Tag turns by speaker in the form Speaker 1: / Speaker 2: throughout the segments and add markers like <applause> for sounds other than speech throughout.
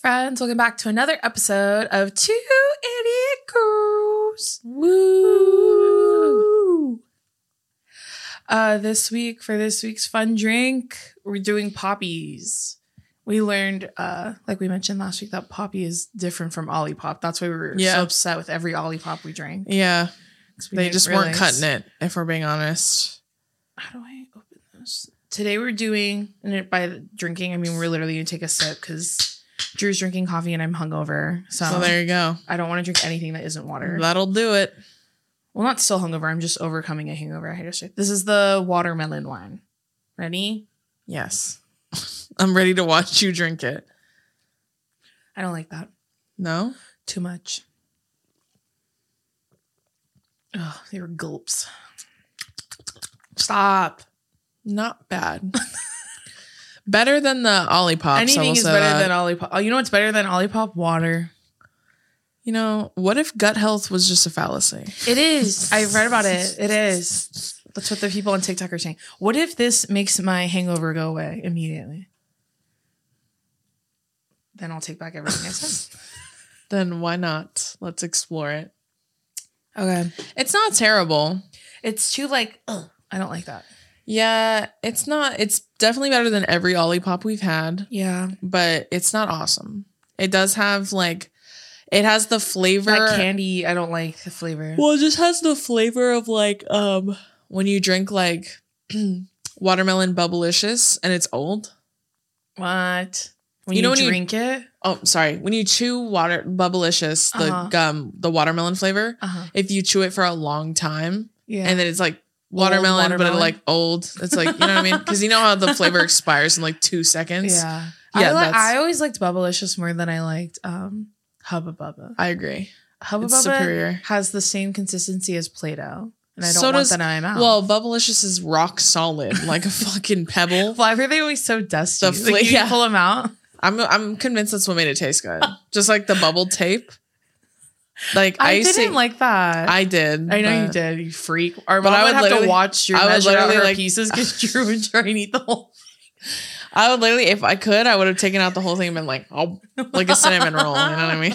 Speaker 1: friends. Welcome back to another episode of Two Idiot Girls.
Speaker 2: Woo!
Speaker 1: Uh, this week, for this week's fun drink, we're doing poppies. We learned, uh, like we mentioned last week, that poppy is different from Olipop. That's why we were
Speaker 2: Yeah.
Speaker 1: so upset with every Olipop we drank.
Speaker 2: Yeah,
Speaker 1: 'cause we
Speaker 2: they
Speaker 1: didn't
Speaker 2: just weren't
Speaker 1: realize-
Speaker 2: cutting it. If we're being honest,
Speaker 1: How do I open this? Today we're doing, and it- by drinking, I mean we're literally going to take a sip because Drew's drinking coffee and I'm hungover. So,
Speaker 2: so there you go.
Speaker 1: I don't want to drink anything that isn't water.
Speaker 2: That'll do it.
Speaker 1: Well, not still hungover. I'm just overcoming a hangover. I just this is the watermelon one. Ready?
Speaker 2: Yes, <laughs> I'm ready to watch you drink it.
Speaker 1: I don't like that
Speaker 2: No,
Speaker 1: too much. Oh, they were gulps. Stop.
Speaker 2: not bad. <laughs> better than the Olipop.
Speaker 1: Anything is better than Olipop. Oh, you know what's better than Olipop? Water.
Speaker 2: you know. What if gut health was just a fallacy?
Speaker 1: It is. I've read about it. It is. That's what the people on TikTok are saying. What if this makes my hangover go away immediately? Then I'll take back everything I said.
Speaker 2: <laughs> Then why not? Let's explore it.
Speaker 1: Okay.
Speaker 2: It's not terrible.
Speaker 1: It's too like ugh, I don't like that.
Speaker 2: Yeah, it's not. It's definitely better than every Olipop we've had.
Speaker 1: Yeah,
Speaker 2: but it's not awesome. It does have like it has the flavor.
Speaker 1: that candy I don't like the flavor.
Speaker 2: Well, it just has the flavor of like um when you drink like <clears throat> watermelon bubblicious and it's old.
Speaker 1: What? When
Speaker 2: You
Speaker 1: you,
Speaker 2: know when you-
Speaker 1: drink it?
Speaker 2: Oh, sorry. When you chew water bubblicious, the
Speaker 1: Uh-huh.
Speaker 2: gum, the watermelon flavor,
Speaker 1: Uh huh.
Speaker 2: if you chew it for a long time
Speaker 1: Yeah.
Speaker 2: and then it's like watermelon, but
Speaker 1: watermelon?
Speaker 2: it like old. It's like, you know what I mean? Cuz you know how
Speaker 1: <laughs>
Speaker 2: the flavor expires in like 2 seconds.
Speaker 1: yeah.
Speaker 2: Yeah,
Speaker 1: I, li-
Speaker 2: that's-
Speaker 1: I always liked Bubblicious more than I liked um Hubba Bubba.
Speaker 2: I agree.
Speaker 1: Hubba
Speaker 2: It's
Speaker 1: Bubba
Speaker 2: superior.
Speaker 1: has the same consistency as Play-Doh, and I don't
Speaker 2: So
Speaker 1: want
Speaker 2: does-
Speaker 1: that in my mouth.
Speaker 2: Well, Bubblicious is
Speaker 1: <laughs>
Speaker 2: rock solid, like a fucking pebble.
Speaker 1: Well, I heard they always so dusty.
Speaker 2: The
Speaker 1: like,
Speaker 2: fla-
Speaker 1: you
Speaker 2: yeah.
Speaker 1: pull them out.
Speaker 2: I'm I'm convinced that's what made it
Speaker 1: <laughs>
Speaker 2: taste good. Just like the bubble tape. Like <laughs> I,
Speaker 1: I,
Speaker 2: used
Speaker 1: didn't
Speaker 2: to-
Speaker 1: like that. I,
Speaker 2: I did.
Speaker 1: know you
Speaker 2: but
Speaker 1: did, you freak. Or
Speaker 2: but
Speaker 1: but
Speaker 2: I
Speaker 1: I
Speaker 2: would
Speaker 1: would have
Speaker 2: literally-
Speaker 1: to watch your
Speaker 2: I would
Speaker 1: measure out
Speaker 2: literally,
Speaker 1: her
Speaker 2: like-
Speaker 1: pieces
Speaker 2: <laughs>
Speaker 1: because Drew would try and eat the whole.
Speaker 2: I would literally, if I could, I would have taken out the whole thing and been like, oh, like a cinnamon roll. You know
Speaker 1: <laughs>
Speaker 2: what I mean?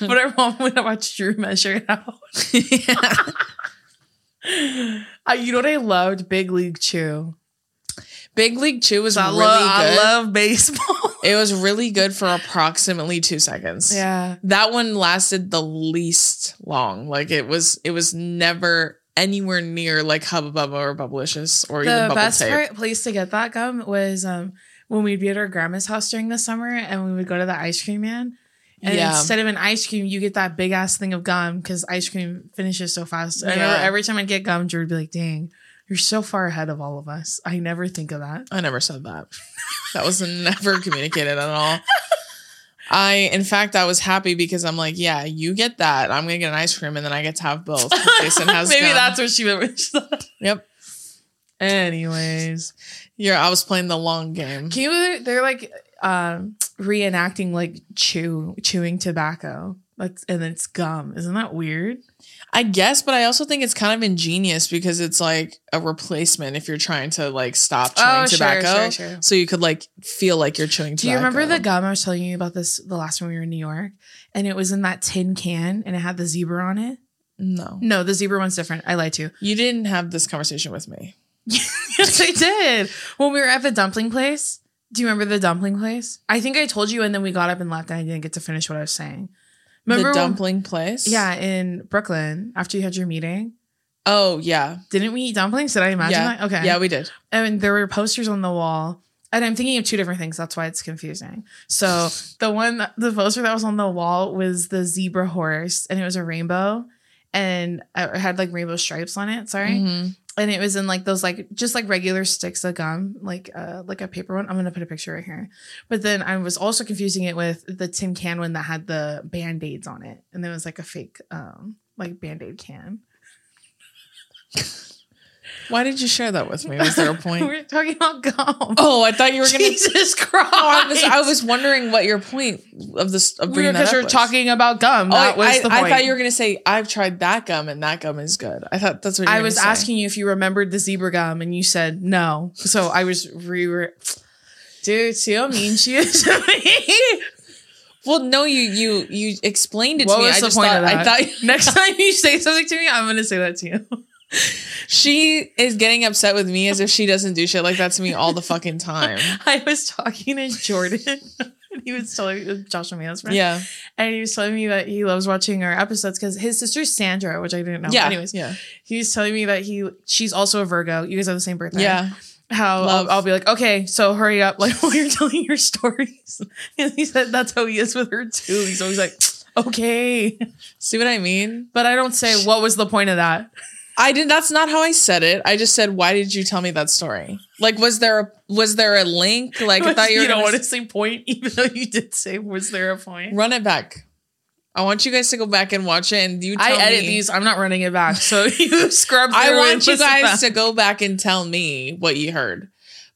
Speaker 1: but our <laughs> mom would watch Drew measure it <laughs> out. Uh, you know what I loved? Big League Chew.
Speaker 2: Big League Chew was
Speaker 1: I,
Speaker 2: really
Speaker 1: love,
Speaker 2: good.
Speaker 1: I love baseball.
Speaker 2: it was really good for approximately two
Speaker 1: <laughs>
Speaker 2: seconds.
Speaker 1: yeah.
Speaker 2: That one lasted the least long. Like it was, it was never anywhere near like Hubba Bubba or Bubblicious or even
Speaker 1: The
Speaker 2: Bubble
Speaker 1: best
Speaker 2: Tape.
Speaker 1: part, place to get that gum was um, when we'd be at our grandma's house during the summer and we would go to the ice cream man. And
Speaker 2: Yeah.
Speaker 1: instead of an ice cream, you get that big ass thing of gum because ice cream finishes so fast. I remember
Speaker 2: Yeah.
Speaker 1: every time I'd get gum, Drew would be like, dang, you're so far ahead of all of us. I never think of that.
Speaker 2: I never said that. That was never communicated at all. I, in fact, I was happy because I'm like, yeah, you get that. I'm gonna get an ice cream, and then I get to have both.
Speaker 1: <laughs>
Speaker 2: Jason has
Speaker 1: Maybe
Speaker 2: gum.
Speaker 1: that's what she meant. when she said that.
Speaker 2: yep.
Speaker 1: Anyways.
Speaker 2: Yeah, I was playing the long game.
Speaker 1: Can you? They're, they're like um, reenacting like chew chewing tobacco, like and then it's gum. Isn't that weird?
Speaker 2: I guess, but I also think it's kind of ingenious because it's like a replacement if you're trying to like stop chewing tobacco.
Speaker 1: Oh, sure.
Speaker 2: So you could like feel like you're chewing
Speaker 1: Do you
Speaker 2: tobacco.
Speaker 1: remember the gum I was telling you about this the last time we were in New York, and it was in that tin can and it had the zebra on it?
Speaker 2: No,
Speaker 1: No, the zebra one's different. I lied to you.
Speaker 2: you didn't have this conversation with me.
Speaker 1: yes, I did. When we were at the dumpling place. Do you remember the dumpling place? I think I told you, and then we got up and left, and I didn't get to finish what I was saying. Remember
Speaker 2: the
Speaker 1: when-
Speaker 2: dumpling place.
Speaker 1: yeah, in Brooklyn after you had your meeting.
Speaker 2: Oh yeah.
Speaker 1: Didn't we eat dumplings? Did I imagine
Speaker 2: Yeah.
Speaker 1: that? Okay.
Speaker 2: Yeah, we did.
Speaker 1: and there were posters on the wall. And I'm thinking of two different things. That's why it's confusing. So the one, the poster that was on the wall was the zebra horse, and it was a rainbow, and it had like rainbow stripes on it. Sorry,
Speaker 2: Mhm.
Speaker 1: and it was in like those like just like regular sticks of gum, like uh like a paper one. I'm gonna put a picture right here. But then I was also confusing it with the tin can one that had the band aids on it, and there was like a fake um like band aid can.
Speaker 2: Why did you share that with me? Was <laughs> there a point?
Speaker 1: we're talking about gum. <laughs>
Speaker 2: Oh, I thought you were gonna.
Speaker 1: Jesus Christ!
Speaker 2: Oh, I was, I was wondering what your point of this of bringing
Speaker 1: because
Speaker 2: that
Speaker 1: you're
Speaker 2: up was.
Speaker 1: talking about gum.
Speaker 2: Oh,
Speaker 1: that was
Speaker 2: I,
Speaker 1: the
Speaker 2: I
Speaker 1: point.
Speaker 2: thought you were gonna say I've tried that gum and that gum is good. I thought that's what you were
Speaker 1: I
Speaker 2: gonna
Speaker 1: was
Speaker 2: say.
Speaker 1: asking you if you remembered the zebra gum, and you said no. So <laughs> I was re. re- Dude, see how mean she is to me.
Speaker 2: Well, no, you you you explained it
Speaker 1: What
Speaker 2: to me.
Speaker 1: was
Speaker 2: I
Speaker 1: the
Speaker 2: just
Speaker 1: point of
Speaker 2: thought, I
Speaker 1: that?
Speaker 2: thought <laughs>
Speaker 1: Next <laughs> time you say something to me, I'm gonna say that to you.
Speaker 2: she is getting upset with me as if she doesn't do shit like that to me all the
Speaker 1: <laughs>
Speaker 2: fucking time.
Speaker 1: <laughs> I was talking to Jordan. <laughs> and he was telling me Joshua Man's friend.
Speaker 2: Yeah,
Speaker 1: And he was telling me that he loves watching our episodes because his sister's Sandra, which I didn't know.
Speaker 2: yeah,
Speaker 1: Anyways,
Speaker 2: yeah,
Speaker 1: he was telling me that he she's also a Virgo. You guys have the same birthday.
Speaker 2: yeah.
Speaker 1: How
Speaker 2: Love.
Speaker 1: I'll, I'll be like, okay, so hurry up, <laughs> like while you're telling your stories. <laughs> And he said that's how he is with her too. He's always like, <sniffs> okay.
Speaker 2: See what I mean?
Speaker 1: But I don't say what was the point of that.
Speaker 2: I did. That's not how I said it. I just said, "Why did you tell me that story? Like, was there a was there a link? Like,
Speaker 1: <laughs>
Speaker 2: I thought you, were
Speaker 1: don't
Speaker 2: gonna
Speaker 1: want to say point, <laughs> even though you did say, was there a point?
Speaker 2: run it back. I want you guys to go back and watch it, and you. Tell
Speaker 1: I edit
Speaker 2: me-
Speaker 1: these. I'm not running it back. So <laughs> you scrub.
Speaker 2: I
Speaker 1: through
Speaker 2: want
Speaker 1: and
Speaker 2: you
Speaker 1: listen
Speaker 2: guys
Speaker 1: back.
Speaker 2: to go back and tell me what you heard.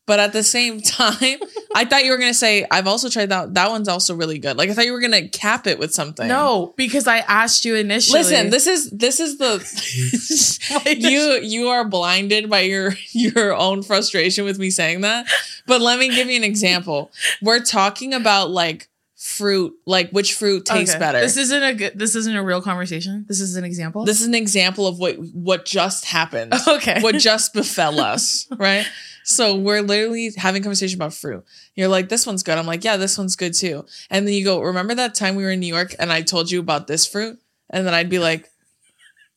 Speaker 2: But at the same <laughs> time, I thought you were gonna say, I've also tried that that one's also really good. Like I thought you were gonna cap it with something.
Speaker 1: No, because I asked you initially. <laughs>
Speaker 2: Listen, this is this is the <laughs> you you are blinded by your <laughs> your own frustration with me saying that. But let me give you an example. We're talking about like fruit, like which fruit tastes
Speaker 1: Okay.
Speaker 2: better.
Speaker 1: This isn't a good. This isn't a real conversation. This is an example.
Speaker 2: this is an example of what what just happened.
Speaker 1: <laughs> okay.
Speaker 2: what just befell us, right? So we're literally having conversation about fruit. You're like, this one's good. I'm like, yeah, this one's good too. And then you go, remember that time we were in New York and I told you about this fruit? And then I'd be like,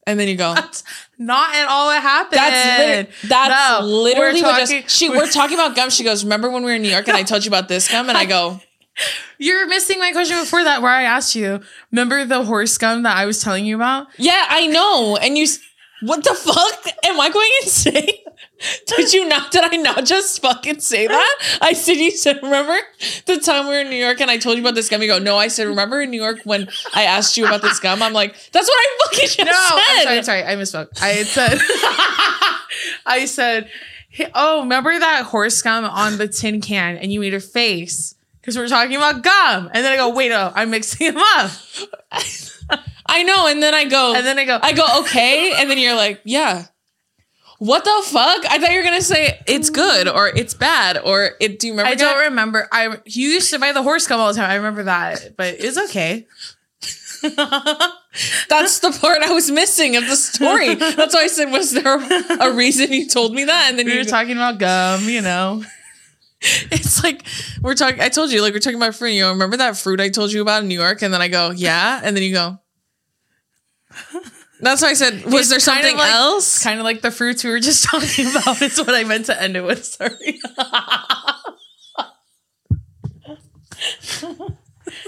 Speaker 2: and then you go,
Speaker 1: <laughs> That's not at all what happened.
Speaker 2: that's literally, that's
Speaker 1: No, we're
Speaker 2: literally what
Speaker 1: talking-
Speaker 2: just she. We're talking about gum. She goes, remember when we were in New York and I told you about this gum? And I go,
Speaker 1: <laughs> You're missing my question before that, where I asked you. Remember the horse gum that I was telling you about?
Speaker 2: yeah, I know. And you, s- what the fuck? Am I going insane? <laughs> Did you not? Did I not just fucking say that? I said you said remember the time we were in New York and I told you about this gum. You go no. I said remember in New York when I asked you about this gum. I'm like that's what I fucking just
Speaker 1: No, I'm
Speaker 2: said.
Speaker 1: sorry, sorry, I misspoke. I had said, <laughs> I said, "Hey, oh, remember that horse gum on the tin can, and you made a face because we're talking about gum, and then I go, wait, oh, I'm mixing them up,
Speaker 2: I know. And then I go.
Speaker 1: and then I go,
Speaker 2: I go okay. And then you're like yeah. What the fuck? I thought you were gonna say it's good or it's bad or it. Do you remember?
Speaker 1: I don't
Speaker 2: that?
Speaker 1: remember. I you used to buy the horse gum all the time. I remember that, but it's okay.
Speaker 2: That's the part I was missing of
Speaker 1: <laughs>
Speaker 2: the story. That's why I said, was there a reason you told me that? And then
Speaker 1: We
Speaker 2: you
Speaker 1: <laughs> were talking about gum, you know.
Speaker 2: <laughs> It's like we're talking. I told you, like we're talking about fruit. You know, remember that fruit I told you about in New York? And then I go, yeah. And then
Speaker 1: <laughs>
Speaker 2: you go. That's why I said, was
Speaker 1: It's
Speaker 2: there
Speaker 1: kind of
Speaker 2: something
Speaker 1: like- <laughs>
Speaker 2: else?
Speaker 1: Kind of like the fruits we were just talking about. Is what I meant to end it with. Sorry.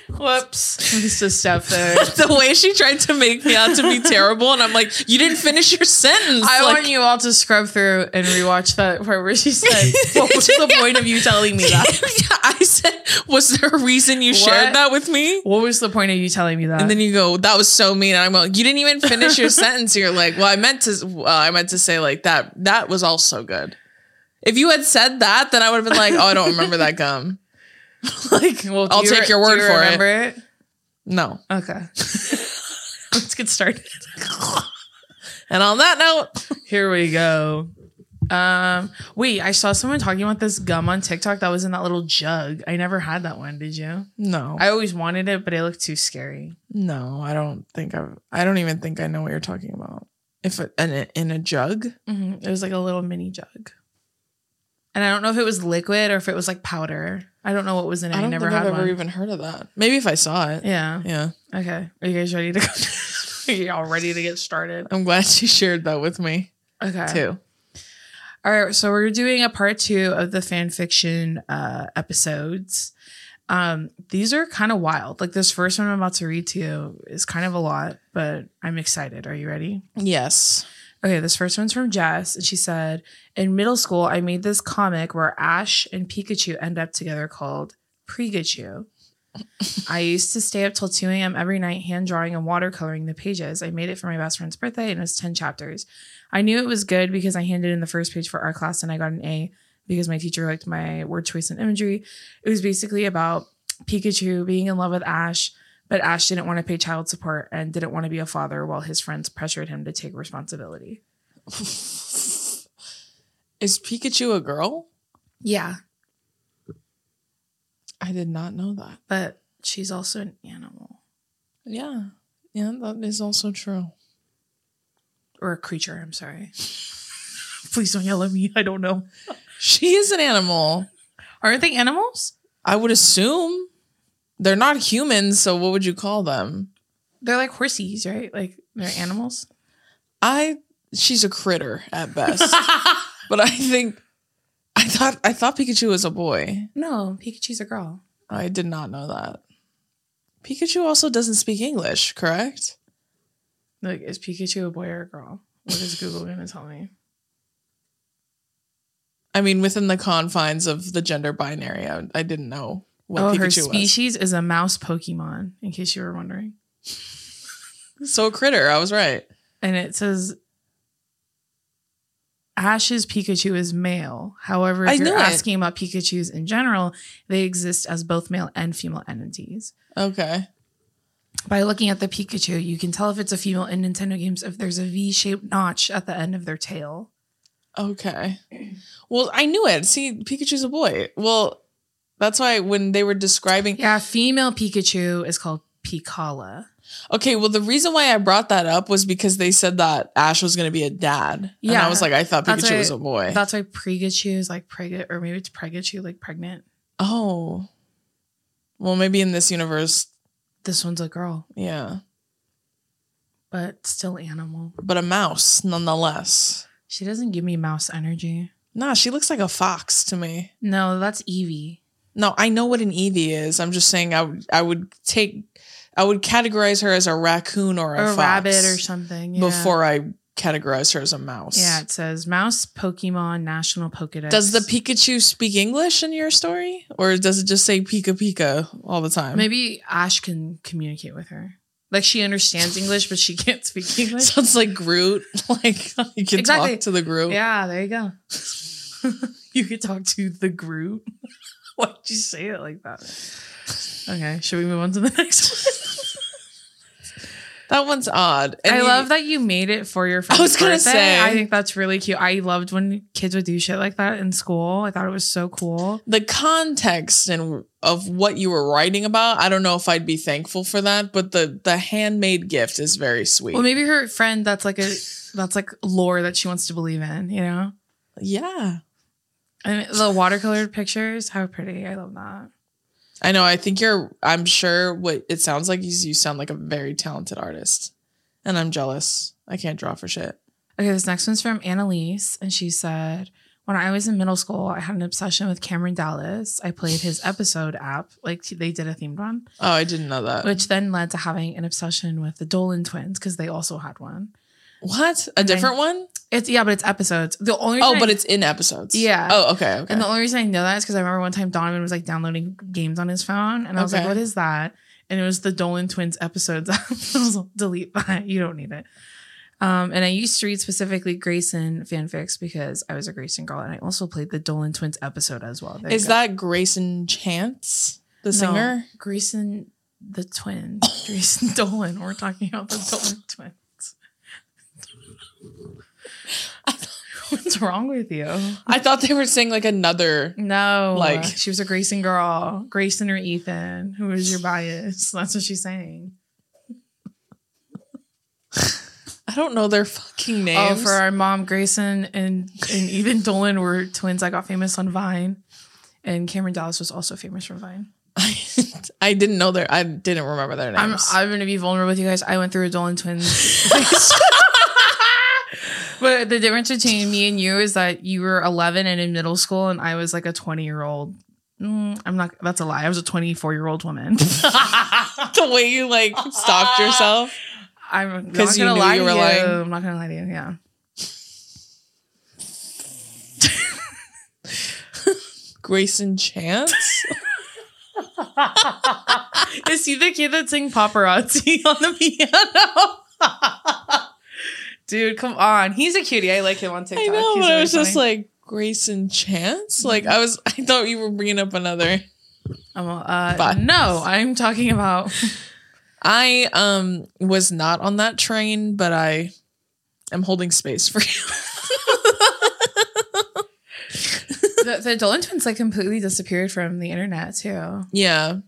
Speaker 1: Whoops. Missed a step <laughs> there.
Speaker 2: <laughs> the way she tried to make me out to be terrible, and I'm like, you didn't finish your sentence.
Speaker 1: I
Speaker 2: like,
Speaker 1: want you all to scrub through and rewatch that part where she said, <laughs> "What was the point of you telling me
Speaker 2: <laughs>
Speaker 1: that?
Speaker 2: I said, was there a reason you
Speaker 1: What?
Speaker 2: shared that with
Speaker 1: <laughs>
Speaker 2: me?
Speaker 1: What was the point of you telling me that?"
Speaker 2: And then you go, that was so mean. And I'm like, you didn't even finish <laughs> your sentence. You're like, well, I meant to, uh, I meant to say like that. That was also good. If you had said that, then I would have been like, oh, I don't remember that gum.
Speaker 1: like, well, do
Speaker 2: I'll take
Speaker 1: re-
Speaker 2: your word
Speaker 1: do you
Speaker 2: for it.
Speaker 1: remember it.
Speaker 2: <laughs> No.
Speaker 1: Okay. <laughs> Let's get started.
Speaker 2: And on that note,
Speaker 1: Here we go. Um, wait, I saw someone talking about this gum on TikTok that was in that little jug. I never had that one, did you?
Speaker 2: no, I,
Speaker 1: I always wanted it, but it looked too scary.
Speaker 2: no, I don't think I, I don't even think I know what you're talking about. If it, in, a, in a jug, Mm-hmm.
Speaker 1: It was like a little mini jug. And I don't know if it was liquid or if it was like powder. I don't know what was in it.
Speaker 2: I
Speaker 1: I,
Speaker 2: don't
Speaker 1: never
Speaker 2: think
Speaker 1: had
Speaker 2: I've
Speaker 1: one.
Speaker 2: ever even heard of that. Maybe if I saw it.
Speaker 1: yeah.
Speaker 2: Yeah.
Speaker 1: Okay. Are you guys ready to go? <laughs> Are y'all ready to get started?
Speaker 2: I'm glad <laughs> she shared that with me
Speaker 1: Okay.
Speaker 2: too.
Speaker 1: All right, so we're doing a part two of the fan fiction uh, episodes. Um, these are kind of wild. Like this first one I'm about to read to you is kind of a lot, but I'm excited. Are you ready?
Speaker 2: Yes.
Speaker 1: Okay, this first one's from Jess, and she said, "In middle school, I made this comic where Ash and Pikachu end up together called Pregachu. I used to stay up till 2 a.m. every night, hand drawing and watercoloring the pages. I made it for my best friend's birthday, and it was 10 chapters. I knew it was good because I handed in the first page for art class, and I got an A because my teacher liked my word choice and imagery. It was basically about Pikachu being in love with Ash." but Ash didn't want to pay child support and didn't want to be a father while his friends pressured him to take responsibility.
Speaker 2: <laughs> Is Pikachu a girl?
Speaker 1: Yeah,
Speaker 2: I did not know that.
Speaker 1: but She's also an animal
Speaker 2: Yeah. Yeah, that is also true.
Speaker 1: or a creature. I'm sorry. <laughs> Please don't yell at me. I don't know.
Speaker 2: She is an animal.
Speaker 1: Aren't they animals?
Speaker 2: I would assume they're not humans, so what would you call them?
Speaker 1: They're like horsies, right? Like they're
Speaker 2: <laughs>
Speaker 1: animals.
Speaker 2: I she's a critter at <laughs> best. but I think I thought I thought Pikachu was a boy.
Speaker 1: no, Pikachu's a girl.
Speaker 2: I did not know that. Pikachu also doesn't speak English, correct?
Speaker 1: Like, is Pikachu a boy or a girl? What is Google gonna tell me?
Speaker 2: I mean, within the confines of the gender binary, I, I didn't know what
Speaker 1: oh, her
Speaker 2: Pikachu
Speaker 1: species is a mouse Pokemon, in case you were wondering.
Speaker 2: was. So a critter, I was right.
Speaker 1: And it says Ash's Pikachu is male. However, if
Speaker 2: I
Speaker 1: you're
Speaker 2: knew it.
Speaker 1: asking about Pikachu's in general, they exist as both male and female entities.
Speaker 2: Okay.
Speaker 1: By looking at the Pikachu, you can tell if it's a female in Nintendo games if there's a V-shaped notch at the end of their tail.
Speaker 2: Okay. Well, I knew it. See, Pikachu's a boy. Well, that's why when they were describing
Speaker 1: Yeah, female Pikachu is called Picala.
Speaker 2: Okay, well the reason why I brought that up was because they said that Ash was going to be a dad. Yeah. And I
Speaker 1: Yeah.
Speaker 2: was like I thought
Speaker 1: That's
Speaker 2: Pikachu
Speaker 1: why-
Speaker 2: was a boy.
Speaker 1: That's why Pregachu is like pregnant, or maybe it's Pregachu, like pregnant.
Speaker 2: oh. Well, maybe in this universe,
Speaker 1: This one's a girl,
Speaker 2: yeah.
Speaker 1: but still animal.
Speaker 2: But a mouse nonetheless.
Speaker 1: She doesn't give me mouse energy.
Speaker 2: Nah, she looks like a fox to me.
Speaker 1: No, that's Eevee.
Speaker 2: No, I know what an Eevee is. I'm just saying I would- I would take I would categorize her as a raccoon or a,
Speaker 1: or a
Speaker 2: fox
Speaker 1: rabbit or something. yeah.
Speaker 2: before I categorize her as a mouse.
Speaker 1: Yeah, it says mouse Pokemon National Pokedex.
Speaker 2: Does the Pikachu speak English in your story, or does it just say Pika Pika all the time?
Speaker 1: maybe Ash can communicate with her? Like she understands English, but she can't speak English.
Speaker 2: <laughs> sounds like Groot. <laughs> like you can
Speaker 1: Exactly.
Speaker 2: talk to the Groot.
Speaker 1: yeah, there you go. <laughs> you could talk to the Groot. <laughs> Why'd you say it like that? Okay, should we move on to the <laughs> next one?
Speaker 2: That one's odd. And
Speaker 1: I
Speaker 2: you-
Speaker 1: love that you made it for your friend's
Speaker 2: was gonna
Speaker 1: birthday.
Speaker 2: say.
Speaker 1: I think that's really cute. I loved when kids would do shit like that in school. I thought it was so cool.
Speaker 2: the context and of what you were writing about. I don't know if I'd be thankful for that, but the the handmade gift is very sweet.
Speaker 1: Well, maybe her friend that's like a that's like lore that she wants to believe in, you know?
Speaker 2: yeah,
Speaker 1: And the watercolor pictures, how pretty. I love that.
Speaker 2: I know. I think you're. I'm sure what it sounds like is you sound like a very talented artist, and I'm jealous. I can't draw for shit.
Speaker 1: Okay, this next one's from Annalise, and she said, When I was in middle school, I had an obsession with Cameron Dallas. I played his episode app, like they did a themed one.
Speaker 2: Oh, I didn't know that.
Speaker 1: which then led to having an obsession with the Dolan twins because they also had one.
Speaker 2: What? A
Speaker 1: And I-
Speaker 2: different one?
Speaker 1: It's yeah, but it's episodes. The only
Speaker 2: Oh,
Speaker 1: reason
Speaker 2: but
Speaker 1: I-
Speaker 2: it's in episodes.
Speaker 1: Yeah.
Speaker 2: Oh, okay. Okay.
Speaker 1: and the only reason I know that is because I remember one time Donovan was like downloading games on his phone, and I was
Speaker 2: Okay.
Speaker 1: like, "What is that?" And it was the Dolan twins episodes. <laughs> I was like, Delete that. You don't need it. Um, and I used to read specifically Grayson fanfics because I was a Grayson girl, and I also played the Dolan twins episode as well. There you
Speaker 2: Is
Speaker 1: go.
Speaker 2: that Grayson Chance, the singer?
Speaker 1: Grayson the twin,
Speaker 2: <laughs>
Speaker 1: Grayson Dolan? We're talking about the Dolan twins. <laughs> What's wrong with you?
Speaker 2: I thought they were saying like another.
Speaker 1: No,
Speaker 2: Like-
Speaker 1: she was a Grayson girl. Grayson or Ethan? Who is your bias? That's what she's saying.
Speaker 2: I don't know their fucking
Speaker 1: Oh,
Speaker 2: names.
Speaker 1: for our mom, Grayson and and Ethan Dolan were twins. I got famous on Vine, and Cameron Dallas was also famous from Vine.
Speaker 2: I, <laughs> I didn't know their. I didn't remember their
Speaker 1: I'm
Speaker 2: names.
Speaker 1: I'm gonna be vulnerable with you guys. I went through a Dolan twins. phase. <laughs> but the difference between me and you is that you were 11 and in middle school, and I was like a 20 year old. Mm, I'm not. That's a lie. I was a 24 year old woman.
Speaker 2: <laughs> the way you like
Speaker 1: <laughs>
Speaker 2: stopped yourself.
Speaker 1: I'm not
Speaker 2: 'Cause you
Speaker 1: gonna
Speaker 2: knew
Speaker 1: lie
Speaker 2: you
Speaker 1: to
Speaker 2: were
Speaker 1: you.
Speaker 2: lying.
Speaker 1: I'm not gonna lie to you. Yeah. <laughs>
Speaker 2: Grayson Chance.
Speaker 1: Is he the kid that sang paparazzi <laughs> on the piano? <laughs> Dude, come on. He's a cutie. I like him on TikTok.
Speaker 2: I know,
Speaker 1: He's
Speaker 2: but I
Speaker 1: really
Speaker 2: was just
Speaker 1: funny. Mm-hmm.
Speaker 2: like Grayson Chance. Like I was. <laughs> I thought you were bringing up another.
Speaker 1: I'm, uh,
Speaker 2: Bye.
Speaker 1: no, I'm talking about <laughs>
Speaker 2: I um was not on that train, but I am holding space for <laughs> you.
Speaker 1: the, the Dolan twins like completely disappeared from the internet too.
Speaker 2: yeah.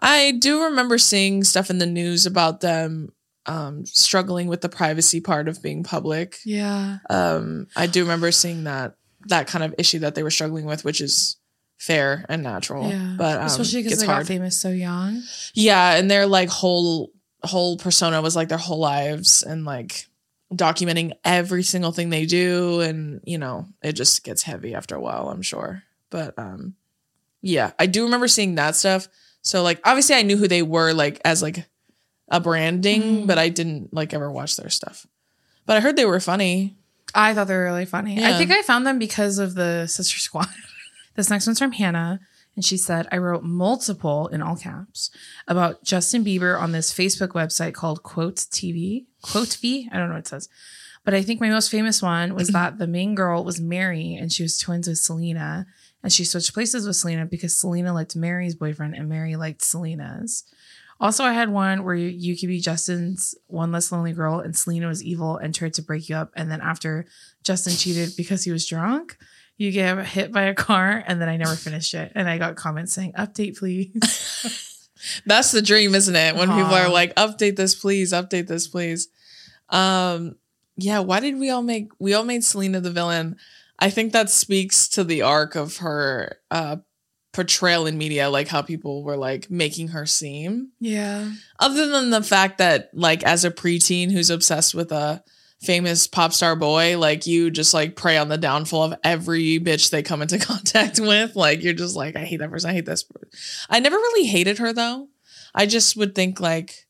Speaker 2: I do remember seeing stuff in the news about them um, struggling with the privacy part of being public.
Speaker 1: Yeah.
Speaker 2: Um, I do remember seeing that that kind of issue that they were struggling with, which is fair and natural.
Speaker 1: Yeah.
Speaker 2: But um,
Speaker 1: Especially because
Speaker 2: it's
Speaker 1: they
Speaker 2: hard.
Speaker 1: got famous so young.
Speaker 2: Yeah, and their like whole whole persona was like their whole lives and like documenting every single thing they do and you know, it just gets heavy after a while, I'm sure. But um yeah, I do remember seeing that stuff. So like obviously I knew who they were like as like a branding,
Speaker 1: Mhm.
Speaker 2: but I didn't like ever watch their stuff. But I heard they were funny.
Speaker 1: I thought they were really funny. I
Speaker 2: Yeah.
Speaker 1: think I found them because of the Sister Squad. <laughs> this next one's from Hannah. And she said, I wrote multiple in all caps about Justin Bieber on this Facebook website called Quote TV, Quote V. I don't know what it says. But I think my most famous one was that the main girl was Mary and she was twins with Selena. And she switched places with Selena because Selena liked Mary's boyfriend and Mary liked Selena's. Also, I had one where you, you could be Justin's one less lonely girl and Selena was evil and tried to break you up. And then after Justin cheated because he was drunk, you get hit by a car and then I never finished it. And I got comments saying, update, please.
Speaker 2: That's the dream, isn't it? When people
Speaker 1: Aw.
Speaker 2: are like, update this, please, update this, please. Um, yeah, why did we all make we all made Selena the villain? I think that speaks to the arc of her uh portrayal in media, like how people were like making her seem.
Speaker 1: <laughs> Yeah.
Speaker 2: Other than the fact that like as a preteen who's obsessed with a famous pop star boy, like you just like prey on the downfall of every bitch they come into <laughs> contact with. Like you're just like, I hate that person, I hate this person. I never really hated her though. I just would think like,